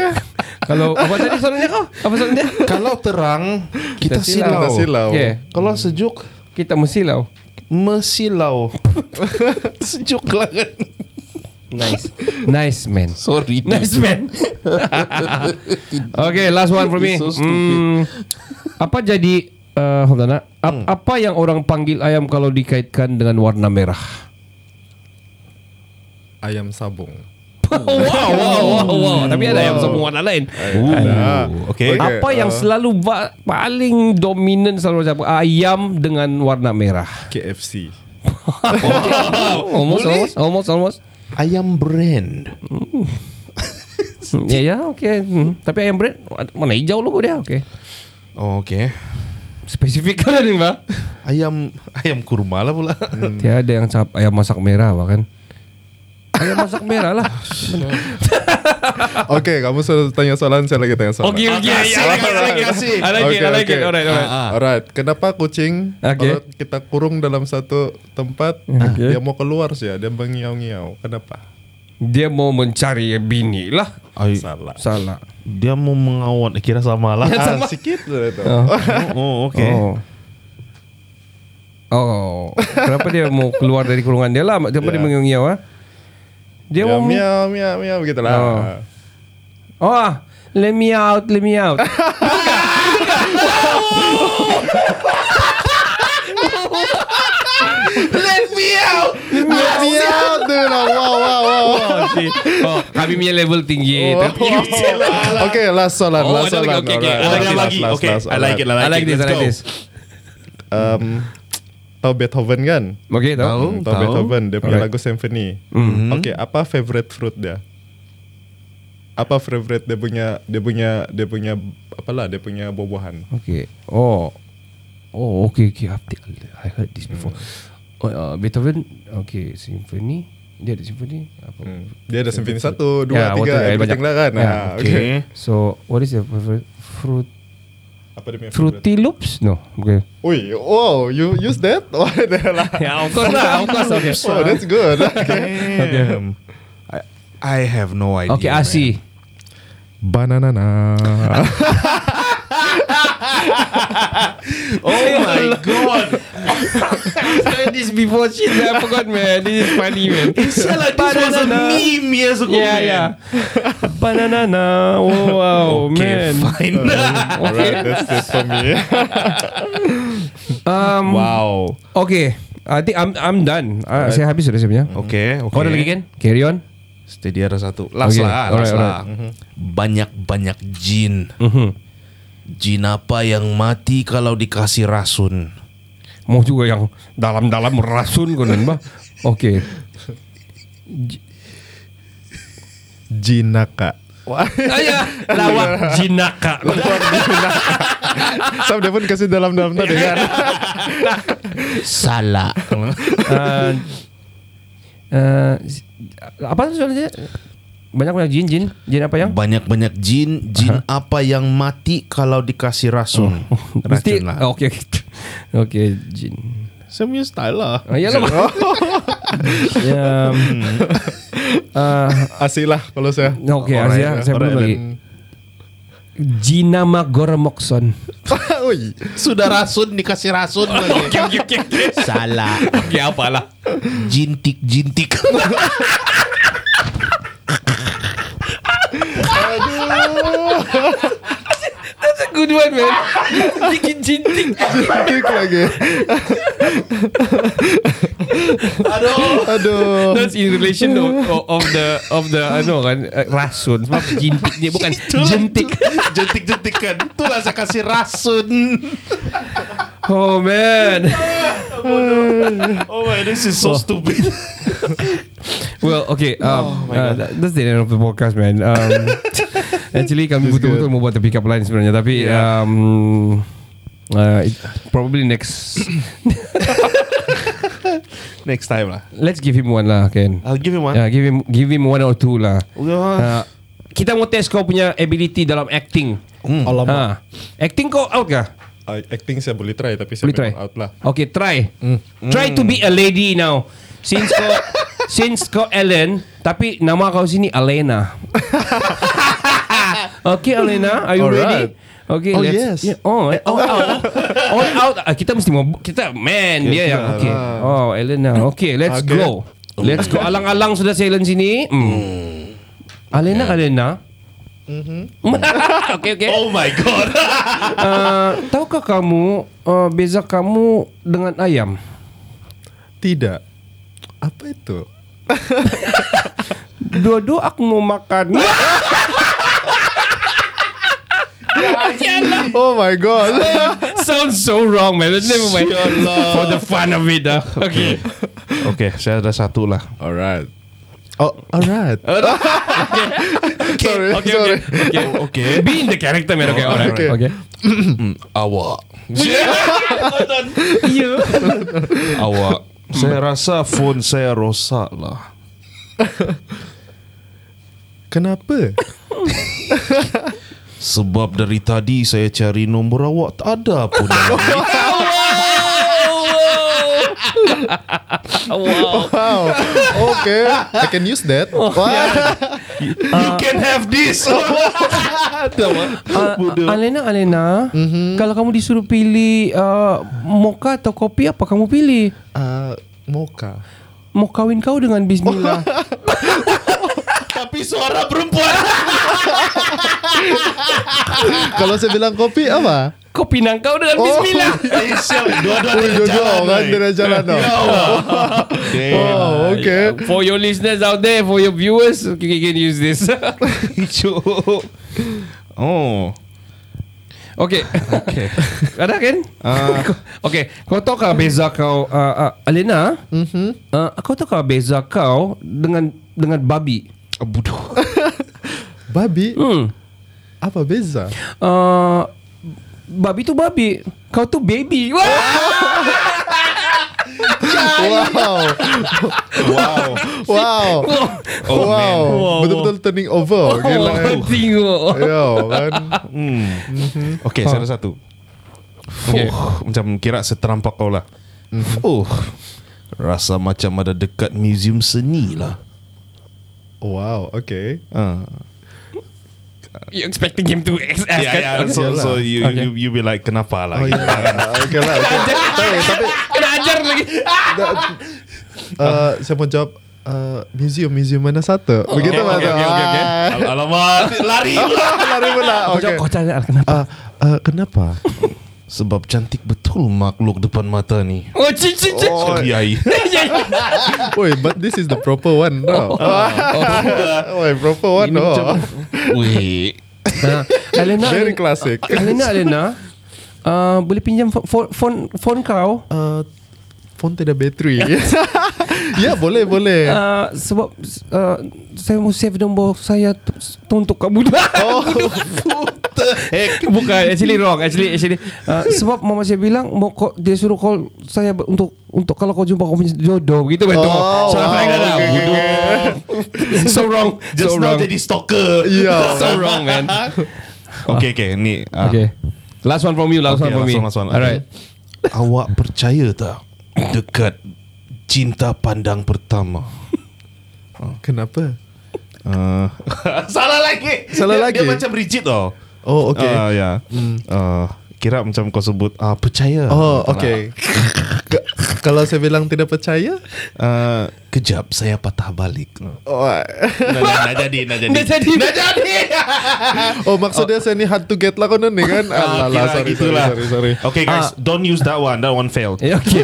Speaker 2: kalau apa tadi soalnya kau? Apa soalnya?
Speaker 3: Kalau terang kita,
Speaker 2: Kita silau.
Speaker 3: silau.
Speaker 6: Kita silau.
Speaker 2: Okay.
Speaker 3: Kalau sejuk
Speaker 2: Kita mesilau.
Speaker 3: mesilau. sejuk lah kan.
Speaker 2: Nice. nice man.
Speaker 3: Sorry.
Speaker 2: Nice man. okay, last one for me.
Speaker 3: So stupid.
Speaker 2: Hmm, apa jadi uh, hold on, ah. Ap- apa yang orang panggil ayam kalau dikaitkan dengan warna merah?
Speaker 6: Ayam sabung.
Speaker 2: wow, wow, wow, wow. Tapi ada ayam semua warna lain.
Speaker 3: Ah, okay.
Speaker 6: Okay.
Speaker 2: Apa yang
Speaker 6: uh,
Speaker 2: selalu ba- paling dominan selalu macam ayam dengan warna merah?
Speaker 6: KFC.
Speaker 2: almost, almost, almost, almost.
Speaker 3: Ayam brand.
Speaker 2: Ya, ya, okey. Hmm. Tapi ayam bread warna hijau logo dia, okey.
Speaker 3: Oh, okay.
Speaker 2: Spesifik kan ni, Pak?
Speaker 3: Ayam ayam kurma lah pula.
Speaker 2: Tiada Hmm. yang cakap ayam masak merah bahkan. Ayam masak merah lah.
Speaker 6: Okay, kamu sudah tanya soalan, saya lagi tanya soalan.
Speaker 2: okey.
Speaker 6: iya,
Speaker 3: kasih.
Speaker 2: Oh, I like it, I like it. Alright, alright.
Speaker 3: Ah, ah.
Speaker 6: Alright, kenapa kucing
Speaker 2: Okay.
Speaker 6: kalau kita kurung dalam satu tempat, ah,
Speaker 2: Okay.
Speaker 6: dia mau keluar sih ya, dia mengiau-ngiau. Kenapa?
Speaker 2: Dia mau mencari bini lah.
Speaker 3: Ay,
Speaker 6: Salah.
Speaker 2: Salah.
Speaker 3: dia mau mengawat kira Ya, sama lah.
Speaker 6: Ah, sikit sudah itu.
Speaker 3: Oh, okay.
Speaker 2: Oh. Oh, kenapa dia mau keluar dari kurungan dia lah? Kenapa dia
Speaker 6: Ya.
Speaker 2: mengiau ah? Dia
Speaker 6: Ya,
Speaker 2: mau
Speaker 6: miau, miau, miau, begitulah. Ah.
Speaker 2: Oh. Oh, ah, let me out, let me out.
Speaker 6: Let me out, Iya, dude. Wow, wow, wow. wow.
Speaker 2: oh, kami punya level tinggi.
Speaker 6: Wow.
Speaker 2: Tapi
Speaker 3: gitu.
Speaker 6: Okay, last soalan,
Speaker 2: Oh,
Speaker 6: last
Speaker 2: ada lagi.
Speaker 6: soalan.
Speaker 2: Okay, okay.
Speaker 6: Alright,
Speaker 3: Ada
Speaker 6: last,
Speaker 3: lagi.
Speaker 6: last,
Speaker 3: Okay,
Speaker 6: last,
Speaker 3: I like it.
Speaker 6: alright.
Speaker 2: I like this, I like this.
Speaker 6: Um, Tahu Beethoven kan?
Speaker 2: Okay,
Speaker 3: Tahu.
Speaker 2: tahu.
Speaker 6: Tahu Beethoven, dia punya
Speaker 2: Alright.
Speaker 6: lagu symphony.
Speaker 3: Hmm.
Speaker 6: Okay, apa favorite fruit dia? Apa favorite dia punya dia punya dia punya apalah dia punya buah-buahan.
Speaker 2: Okay. Oh. Oh, okay, okay. I've t- I heard this before. Oh, uh, Beethoven, okay, symphony. Dia ada symphony. Apa?
Speaker 6: Dia ada symphony 1, 2,
Speaker 3: Ya,
Speaker 2: waktu
Speaker 6: 3,
Speaker 3: eh,
Speaker 2: dia ada banyak.
Speaker 6: everything lah kan.
Speaker 2: Ya,
Speaker 6: Ah,
Speaker 3: Okay.
Speaker 6: okay.
Speaker 2: So, what is your favorite fruit?
Speaker 6: Apa dia punya favorite?
Speaker 2: Fruity Loops? No. Okay.
Speaker 6: Ui, wow, you use that? Wah, dah lah.
Speaker 2: yeah, of course lah. Of course. Okay.
Speaker 6: Oh, that's good. Okay.
Speaker 3: Damn. I, I have no idea.
Speaker 2: Okay,
Speaker 3: man.
Speaker 2: Asi.
Speaker 6: Banana.
Speaker 3: Ah. Oh my god.
Speaker 2: I heard this before shit I forgot man This is funny man
Speaker 3: Salah, this was a meme years ago.
Speaker 2: Yeah
Speaker 3: man.
Speaker 2: yeah Banana Oh wow
Speaker 3: Okay,
Speaker 2: man
Speaker 3: fine.
Speaker 6: Alright, that's it for me.
Speaker 2: um,
Speaker 3: wow.
Speaker 2: Okay I think I'm I'm done uh, Saya habis sudah saya punya
Speaker 3: Okay, okay.
Speaker 2: Kau ada lagi kan Carry on
Speaker 3: Steady ada satu. Last
Speaker 2: Okay,
Speaker 3: lah,
Speaker 2: alright,
Speaker 3: last lah.
Speaker 2: alright.
Speaker 3: Banyak-banyak jin. Jin apa yang mati kalau dikasih rasun?
Speaker 2: Mau juga yang Dalam-dalam rasun kau nan bah Okay
Speaker 6: Jinaka.
Speaker 3: Ah, ya.
Speaker 2: Ayah Lawak jinaka
Speaker 6: Sam dia pun kasih dalam-dalam tadi
Speaker 3: Iya.
Speaker 6: kan.
Speaker 3: Salah.
Speaker 2: uh, uh, Apa soalnya Banyak-banyak jin jin Jin apa yang
Speaker 3: Banyak-banyak jin, jin apa yang mati kalau dikasih rasun? Racun
Speaker 2: Mesti
Speaker 3: lah.
Speaker 2: oh, Okay Okay jin
Speaker 3: Saya punya style lah.
Speaker 2: Ah, iyalah. ya. Ah,
Speaker 6: Asilah kalau saya.
Speaker 2: okey, Azia, saya belum lagi. Jinama Goromokson.
Speaker 6: Ui.
Speaker 3: Sudah rasun dikasih rasun lagi. Salah.
Speaker 2: Ya apalah.
Speaker 3: Jintik jintik.
Speaker 2: That's a good one, man. Bikin jintik.
Speaker 6: Tik lagi. Aduh. Aduh.
Speaker 2: That's in relation of, of the of the ano kan eh, rasun. Sebab jintiknya bukan jentik.
Speaker 3: jentik jentikan. Itulah saya kasih rasun.
Speaker 2: Oh man.
Speaker 3: Oh my, this is so stupid.
Speaker 2: Well, okay.
Speaker 3: Oh
Speaker 2: Um, uh, that- that's the end of the podcast, man. Um, actually, kami betul-betul mau buat the pick up line sebenarnya, tapi um, uh, it, probably next.
Speaker 3: Next time lah.
Speaker 2: let's give him one lah, Ken.
Speaker 3: I'll give him one.
Speaker 2: Yeah, give him give him one or two lah.
Speaker 3: Yeah.
Speaker 2: Uh, kita mau test kau punya ability dalam acting.
Speaker 3: Hmm.
Speaker 2: Ha. Acting kau out kah?
Speaker 6: Acting saya boleh try tapi saya
Speaker 2: Boleh try.
Speaker 6: memang out Mm. lah.
Speaker 2: Okay, try. Try to be a lady now. Since kau since kau Ellen, tapi nama kau sini Elena. okay, Elena, are you ready?
Speaker 6: Alright.
Speaker 2: Okay,
Speaker 6: Oh,
Speaker 2: let's.
Speaker 6: yes.
Speaker 2: Yeah, oh, eh, all out. all out. Ah, kita mesti mau kita man dia yang okay. Oh, Elena. Okay, let's go.
Speaker 6: Okay.
Speaker 3: Oh. Hmm.
Speaker 2: Let's go. Alang-alang sudah silent sini. Hmm. Alena, Alena. okay, okay.
Speaker 3: Mm-hmm. Oh my god.
Speaker 2: Uh, tahukah kamu uh, beza kamu dengan ayam?
Speaker 6: Tidak. Apa itu?
Speaker 2: Dua-dua aku mau makan.
Speaker 6: Oh my god.
Speaker 2: Sounds so wrong, man. Never mind. For the fun of it, ah. Okay.
Speaker 3: Oke, saya ada satu lah.
Speaker 6: alright. Oh, alright. sorry,
Speaker 2: okay,
Speaker 6: sorry.
Speaker 2: Okay. okay. Be in the character, man. Okay, alright. Okay.
Speaker 6: Okay.
Speaker 2: okay.
Speaker 3: Awak.
Speaker 2: You.
Speaker 3: Awak. saya rasa phone saya rosak lah.
Speaker 6: Kenapa?
Speaker 3: Sebab dari tadi saya cari nombor awak tak ada pun.
Speaker 2: Wow.
Speaker 6: Wow. Okay. I can use that. Wah.
Speaker 3: you can have this.
Speaker 2: Alena, Alena, mm-hmm. kalau kamu disuruh pilih uh, mocha atau kopi, apa kamu pilih?
Speaker 6: Ah, mocha.
Speaker 2: Mau kawin kau dengan Bismillah.
Speaker 3: Tapi suara perempuan.
Speaker 6: Kalau saya bilang kopi apa? Oh.
Speaker 2: kopi nang kau dengan Bismillah.
Speaker 3: Eh, sial, Dua-dua
Speaker 6: Ui,
Speaker 3: dia
Speaker 6: jodoh
Speaker 3: jalan,
Speaker 6: kan
Speaker 3: eh.
Speaker 6: dia dah jalan tau.
Speaker 3: Damn.
Speaker 6: Oh, okay.
Speaker 2: For your listeners out there, for your viewers, you can- you can use this.
Speaker 3: Hijau. Oh.
Speaker 2: okay. Okay. Ada kan? Uh. okay. Kau tahu kah beza kau, uh, uh, Alena? Mm-hmm. Uh, kau tahu kah beza kau dengan dengan babi?
Speaker 3: Bodoh.
Speaker 6: Babi.
Speaker 2: Hmm.
Speaker 6: Apa beza?
Speaker 2: Uh, babi tu babi. Kau tu baby. Wah!
Speaker 6: Wow. wow. Wow.
Speaker 3: Oh,
Speaker 6: wow.
Speaker 3: man.
Speaker 6: Betul-betul turning over. Gila kan.
Speaker 2: tengok.
Speaker 6: Yo, kan.
Speaker 3: Hmm. Okay, saya ada satu.
Speaker 2: Okay.
Speaker 3: Fuh, macam kira seterampak kau lah. Fuh. Rasa macam ada dekat museum seni lah.
Speaker 6: Wow, okay.
Speaker 3: Ah.
Speaker 2: You expecting him to ask? ask
Speaker 6: Ya,
Speaker 3: Yeah, yeah.
Speaker 2: kan?
Speaker 3: Ya, So,
Speaker 6: Okay.
Speaker 3: so you, you you be like kenapa lah?
Speaker 6: Oh,
Speaker 3: gitu.
Speaker 6: yeah. okay lah. Okay. Tapi, tapi
Speaker 2: Kena ajar lagi.
Speaker 6: uh, saya mau jawab uh, museum museum mana satu? Begitu
Speaker 3: Oh, okay,
Speaker 6: mana?
Speaker 3: okay, okay, okay, okay. Al- Alamak, lari pula.
Speaker 6: Lari pula. Okay.
Speaker 2: Kau cakap kenapa?
Speaker 6: Uh, uh, kenapa?
Speaker 3: Sebab cantik betul makhluk depan mata ni.
Speaker 2: Oh, cincin cincin.
Speaker 3: Oh, Kiai.
Speaker 6: Wait, but this is the proper one,
Speaker 3: oh,
Speaker 6: no? Oh, Wait, proper one, no?
Speaker 3: Wih.
Speaker 6: Ah,
Speaker 2: Alena,
Speaker 6: Very classic.
Speaker 2: Alena, Alena. Uh, boleh pinjam fo- fo- phone phone kau?
Speaker 6: Uh, phone tidak bateri. ya, boleh, boleh.
Speaker 2: Uh, sebab uh, saya mau save nombor saya tu, tu untuk kamu. Oh, bukan actually wrong actually actually uh, sebab mama saya bilang mau ko, dia suruh call saya be- untuk untuk kalau kau jumpa kau punya jodoh gitu betul.
Speaker 6: Oh,
Speaker 2: Salah
Speaker 6: wow,
Speaker 2: flag dah lah.
Speaker 6: okay, okay,
Speaker 2: Bodoh. So wrong.
Speaker 3: Just now
Speaker 2: so wrong.
Speaker 3: jadi stalker.
Speaker 6: Yeah.
Speaker 2: So wrong man.
Speaker 3: Okay, okay. Ni. ah.
Speaker 2: Okay. Last one from you, last
Speaker 3: Okay, last
Speaker 2: one from me.
Speaker 3: one, last one.
Speaker 2: Alright.
Speaker 3: Awak percaya tak dekat cinta pandang pertama?
Speaker 6: Kenapa?
Speaker 3: Uh, salah lagi.
Speaker 6: Salah
Speaker 3: dia,
Speaker 6: lagi?
Speaker 3: Dia macam rigid tau.
Speaker 6: Oh, okay.
Speaker 3: Uh, ya. Uh, kira macam kau sebut uh, percaya.
Speaker 6: Oh, okay. Ke- Kalau saya bilang tidak percaya,
Speaker 3: Uh, kejap saya patah balik. Nah,
Speaker 6: oh,
Speaker 3: nah, nah jadi, nah jadi.
Speaker 2: Dah jadi. Dah
Speaker 6: oh maksudnya saya ni hard to get lah konon ni kan?
Speaker 3: Ah, kira
Speaker 6: Alah, lah, sorry, sorry,
Speaker 3: gitulah.
Speaker 6: sorry, sorry. Ah.
Speaker 3: Okay guys, don't use that one. That one failed.
Speaker 2: Eh, okay.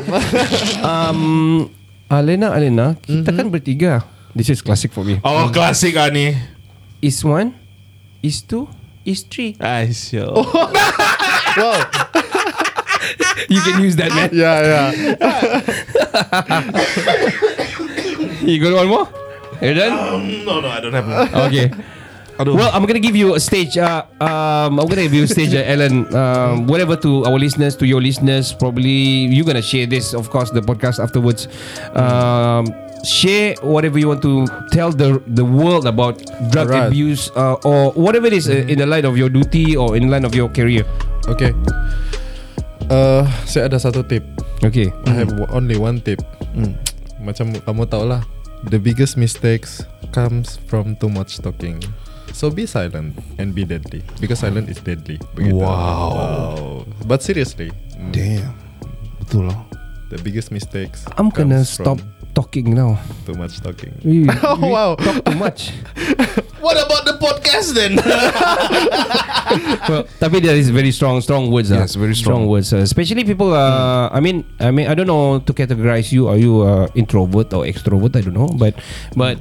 Speaker 2: um, Alena, Alena, kita kan bertiga. This is classic for me.
Speaker 3: Oh, klasik ah ni.
Speaker 2: Is one, is two, is three.
Speaker 3: Ay, oh.
Speaker 6: Wow, ya,
Speaker 2: You can use that, man.
Speaker 6: yeah, yeah.
Speaker 2: You got one more? You done?
Speaker 3: Um, No, no, I don't have one.
Speaker 2: Okay. Well, I'm gonna give you a stage. Uh, um, I'm gonna give you a stage, uh, Ellen. Um, whatever to our listeners, to your listeners, probably you're gonna share this, of course, the podcast afterwards. Um, share whatever you want to tell the the world about drug
Speaker 6: Alright. Mm-hmm.
Speaker 2: abuse uh, or whatever it is uh, in the light of your duty or in line of your career.
Speaker 6: Okay. Uh, saya ada satu tip.
Speaker 2: Okay.
Speaker 6: I have o- only one tip.
Speaker 3: Hmm.
Speaker 6: Macam kamu tau lah, the biggest mistakes comes from too much talking. So be silent and be deadly because silent is deadly. Begitu.
Speaker 3: Wow.
Speaker 6: But seriously, mm,
Speaker 3: Damn. Betul lah.
Speaker 6: the biggest mistakes.
Speaker 2: I'm gonna
Speaker 6: comes
Speaker 2: stop
Speaker 6: from-
Speaker 2: talking now.
Speaker 6: Too much talking.
Speaker 2: You
Speaker 3: Oh, wow.
Speaker 2: talk too much.
Speaker 3: What about the podcast then?
Speaker 2: well, tapi there is very strong, strong words.
Speaker 3: Yes, very strong.
Speaker 2: words. Uh, especially people. Uh, I mean, I mean, I don't know to categorize you. Are you uh, introvert or extrovert? I don't know. But, but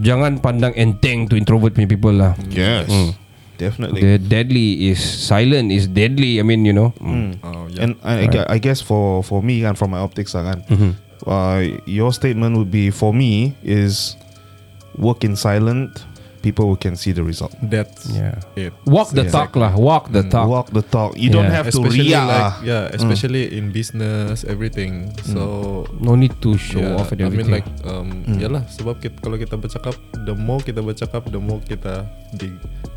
Speaker 2: jangan pandang enteng to introvert punya people lah.
Speaker 3: yes.
Speaker 6: Hmm.
Speaker 3: Definitely.
Speaker 2: The deadly is silent is deadly. I mean, you know. Mm.
Speaker 6: Oh yeah.
Speaker 3: And I, I gue- I guess for for me and from my optics lah kan,
Speaker 6: Mm-hmm.
Speaker 3: uh, your statement would be for me is work in silent, people who can see the result.
Speaker 6: that's
Speaker 2: Yeah.
Speaker 6: it.
Speaker 2: Walk the talk lah. Walk the talk.
Speaker 3: Hmm. Walk the talk. You don't
Speaker 2: Yeah.
Speaker 3: have to ria.
Speaker 6: Ah.
Speaker 3: Hmm.
Speaker 6: like
Speaker 3: Like,
Speaker 6: yeah, especially in business everything. So
Speaker 3: Hmm.
Speaker 2: No need to show
Speaker 6: yeah,
Speaker 2: off and
Speaker 6: I mean
Speaker 2: everything. Hmm.
Speaker 6: like um, yalah sebab kita, kalau kita bercakap the more kita bercakap the more kita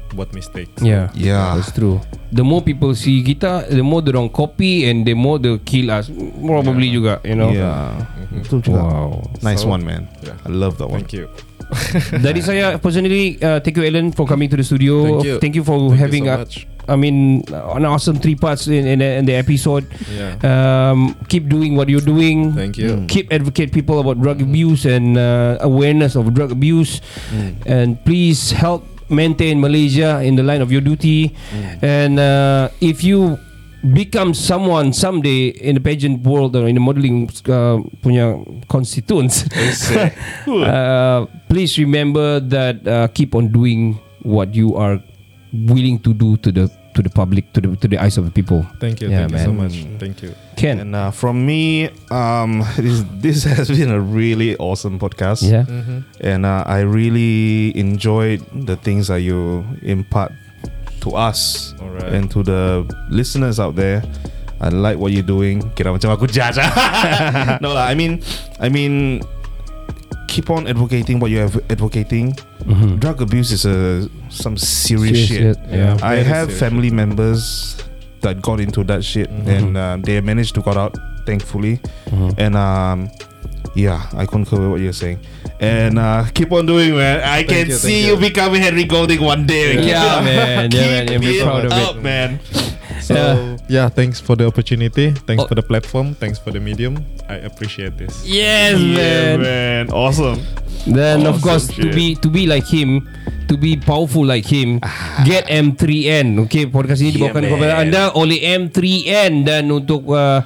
Speaker 6: dibuat mistakes.
Speaker 2: Yeah.
Speaker 3: Yeah.
Speaker 2: That's true. The more people see kita, the more they don't copy and the more they kill us. Probably juga, you know.
Speaker 3: yeah. Betul juga.
Speaker 2: Wow.
Speaker 3: Nice
Speaker 6: So-
Speaker 3: one, man.
Speaker 6: Yeah.
Speaker 3: I love that one.
Speaker 6: Thank you.
Speaker 2: Dari saya personally, uh, thank you Alan for coming to the studio.
Speaker 6: Thank you.
Speaker 2: for
Speaker 6: Thank you
Speaker 2: having
Speaker 6: so
Speaker 2: a-
Speaker 6: much.
Speaker 2: I mean, an awesome three parts in, in, in the episode.
Speaker 6: Yeah.
Speaker 2: Um, keep doing what you're doing.
Speaker 6: Thank you.
Speaker 2: Mm. Keep advocate people about drug abuse and uh, awareness of drug abuse, and please help maintain Malaysia in the line of your duty. And uh, if you become someone someday in the pageant world or in the modeling uh, punya constituents, uh, please remember that uh, keep on doing what you are willing to do to the to the public to the to the eyes of the people.
Speaker 6: Thank you.
Speaker 2: Yeah,
Speaker 6: thank you so
Speaker 2: man.
Speaker 6: much. Thank you.
Speaker 2: Ken.
Speaker 3: And uh, from me, um, this, this has been a really awesome podcast.
Speaker 2: Yeah.
Speaker 3: And uh, I really enjoyed the things that you impart to us
Speaker 6: Alright.
Speaker 3: and to the listeners out there. I like what you're doing. Kira macam aku judge. ah. no lah. I mean, I mean, keep on advocating what you're adv- advocating. Drug abuse is a some serious,
Speaker 2: Serious
Speaker 3: shit.
Speaker 2: shit, yeah.
Speaker 3: I
Speaker 6: Very
Speaker 3: have
Speaker 6: serious Mm-hmm.
Speaker 3: family members that got into that shit, and uh, they managed to got out, thankfully. And um, yeah, I concur with what you're saying. And uh, keep on doing, man. I can
Speaker 6: you, thank
Speaker 3: see you.
Speaker 6: you.
Speaker 3: becoming Henry Golding one day. Keep
Speaker 2: Yeah,
Speaker 3: it-
Speaker 2: man. Yeah, man.
Speaker 3: keep
Speaker 2: Yeah, we're
Speaker 3: it
Speaker 2: proud of it.
Speaker 3: up, man.
Speaker 6: So yeah, thanks for the opportunity. Thanks
Speaker 2: Oh.
Speaker 6: for the platform. Thanks for the medium. I appreciate this.
Speaker 2: Yes,
Speaker 3: Yeah, man.
Speaker 2: man.
Speaker 3: Awesome.
Speaker 2: Then of
Speaker 3: Awesome
Speaker 2: course to
Speaker 3: shit.
Speaker 2: be to be like him, to be powerful like him, get M3N. Okay, podcast
Speaker 3: Ah.
Speaker 2: ini
Speaker 3: Yeah,
Speaker 2: dibawakan
Speaker 3: man.
Speaker 2: kepada anda oleh M3N dan untuk uh,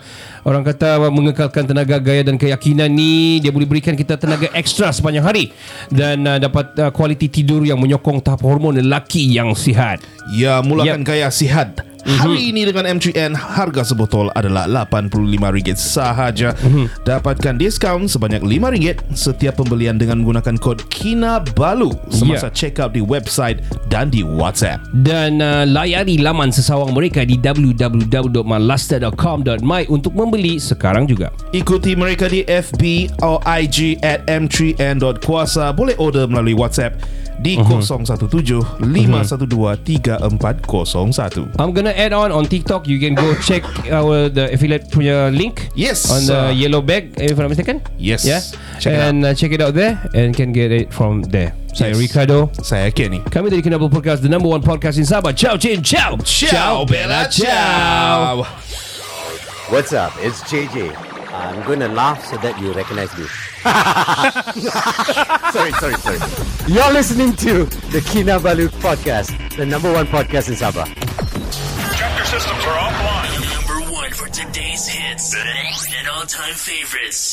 Speaker 2: orang kata mengekalkan tenaga gaya dan keyakinan ni dia boleh berikan kita tenaga ekstra sepanjang hari dan uh, dapat uh, kualiti tidur yang menyokong tahap hormon lelaki yang sihat.
Speaker 3: Ya, mulakan
Speaker 2: Yep.
Speaker 3: gaya sihat.
Speaker 2: Mhm.
Speaker 3: Hari ini dengan M3N harga sebotol adalah RM85 sahaja.
Speaker 2: Mhm.
Speaker 3: Dapatkan diskaun sebanyak RM5 setiap pembelian dengan menggunakan kod KINABALU semasa
Speaker 2: Yeah.
Speaker 3: check out di website dan di WhatsApp.
Speaker 2: dan uh, layari laman sesawang mereka di www.malaster.com.my untuk membeli sekarang juga.
Speaker 3: Ikuti mereka di FB or IG at m3n.kuasa. Boleh order melalui WhatsApp di
Speaker 2: Mhm.
Speaker 3: 017 512 3401.
Speaker 2: I'm gonna add on on TikTok. You can go check our the affiliate punya link.
Speaker 3: Yes.
Speaker 2: On
Speaker 3: Uh,
Speaker 2: the yellow bag, if I'm not mistaken.
Speaker 3: Yes.
Speaker 2: Yeah.
Speaker 3: Check it
Speaker 2: and uh, check it out there and can get it from there. Saya
Speaker 3: Yes.
Speaker 2: Ricardo.
Speaker 3: Saya Kenny.
Speaker 2: Kami dari Kenapa Podcast, the number one podcast in Sabah. Ciao, chin, ciao.
Speaker 3: Ciao, Bella. Ciao.
Speaker 7: What's up? It's JJ. I'm going to laugh so that you recognize me. sorry, sorry, sorry. You're listening to the Kinabalu podcast, the number one podcast in Sabah.
Speaker 8: Tractor systems are offline. Number one for today's hits and all-time favorites.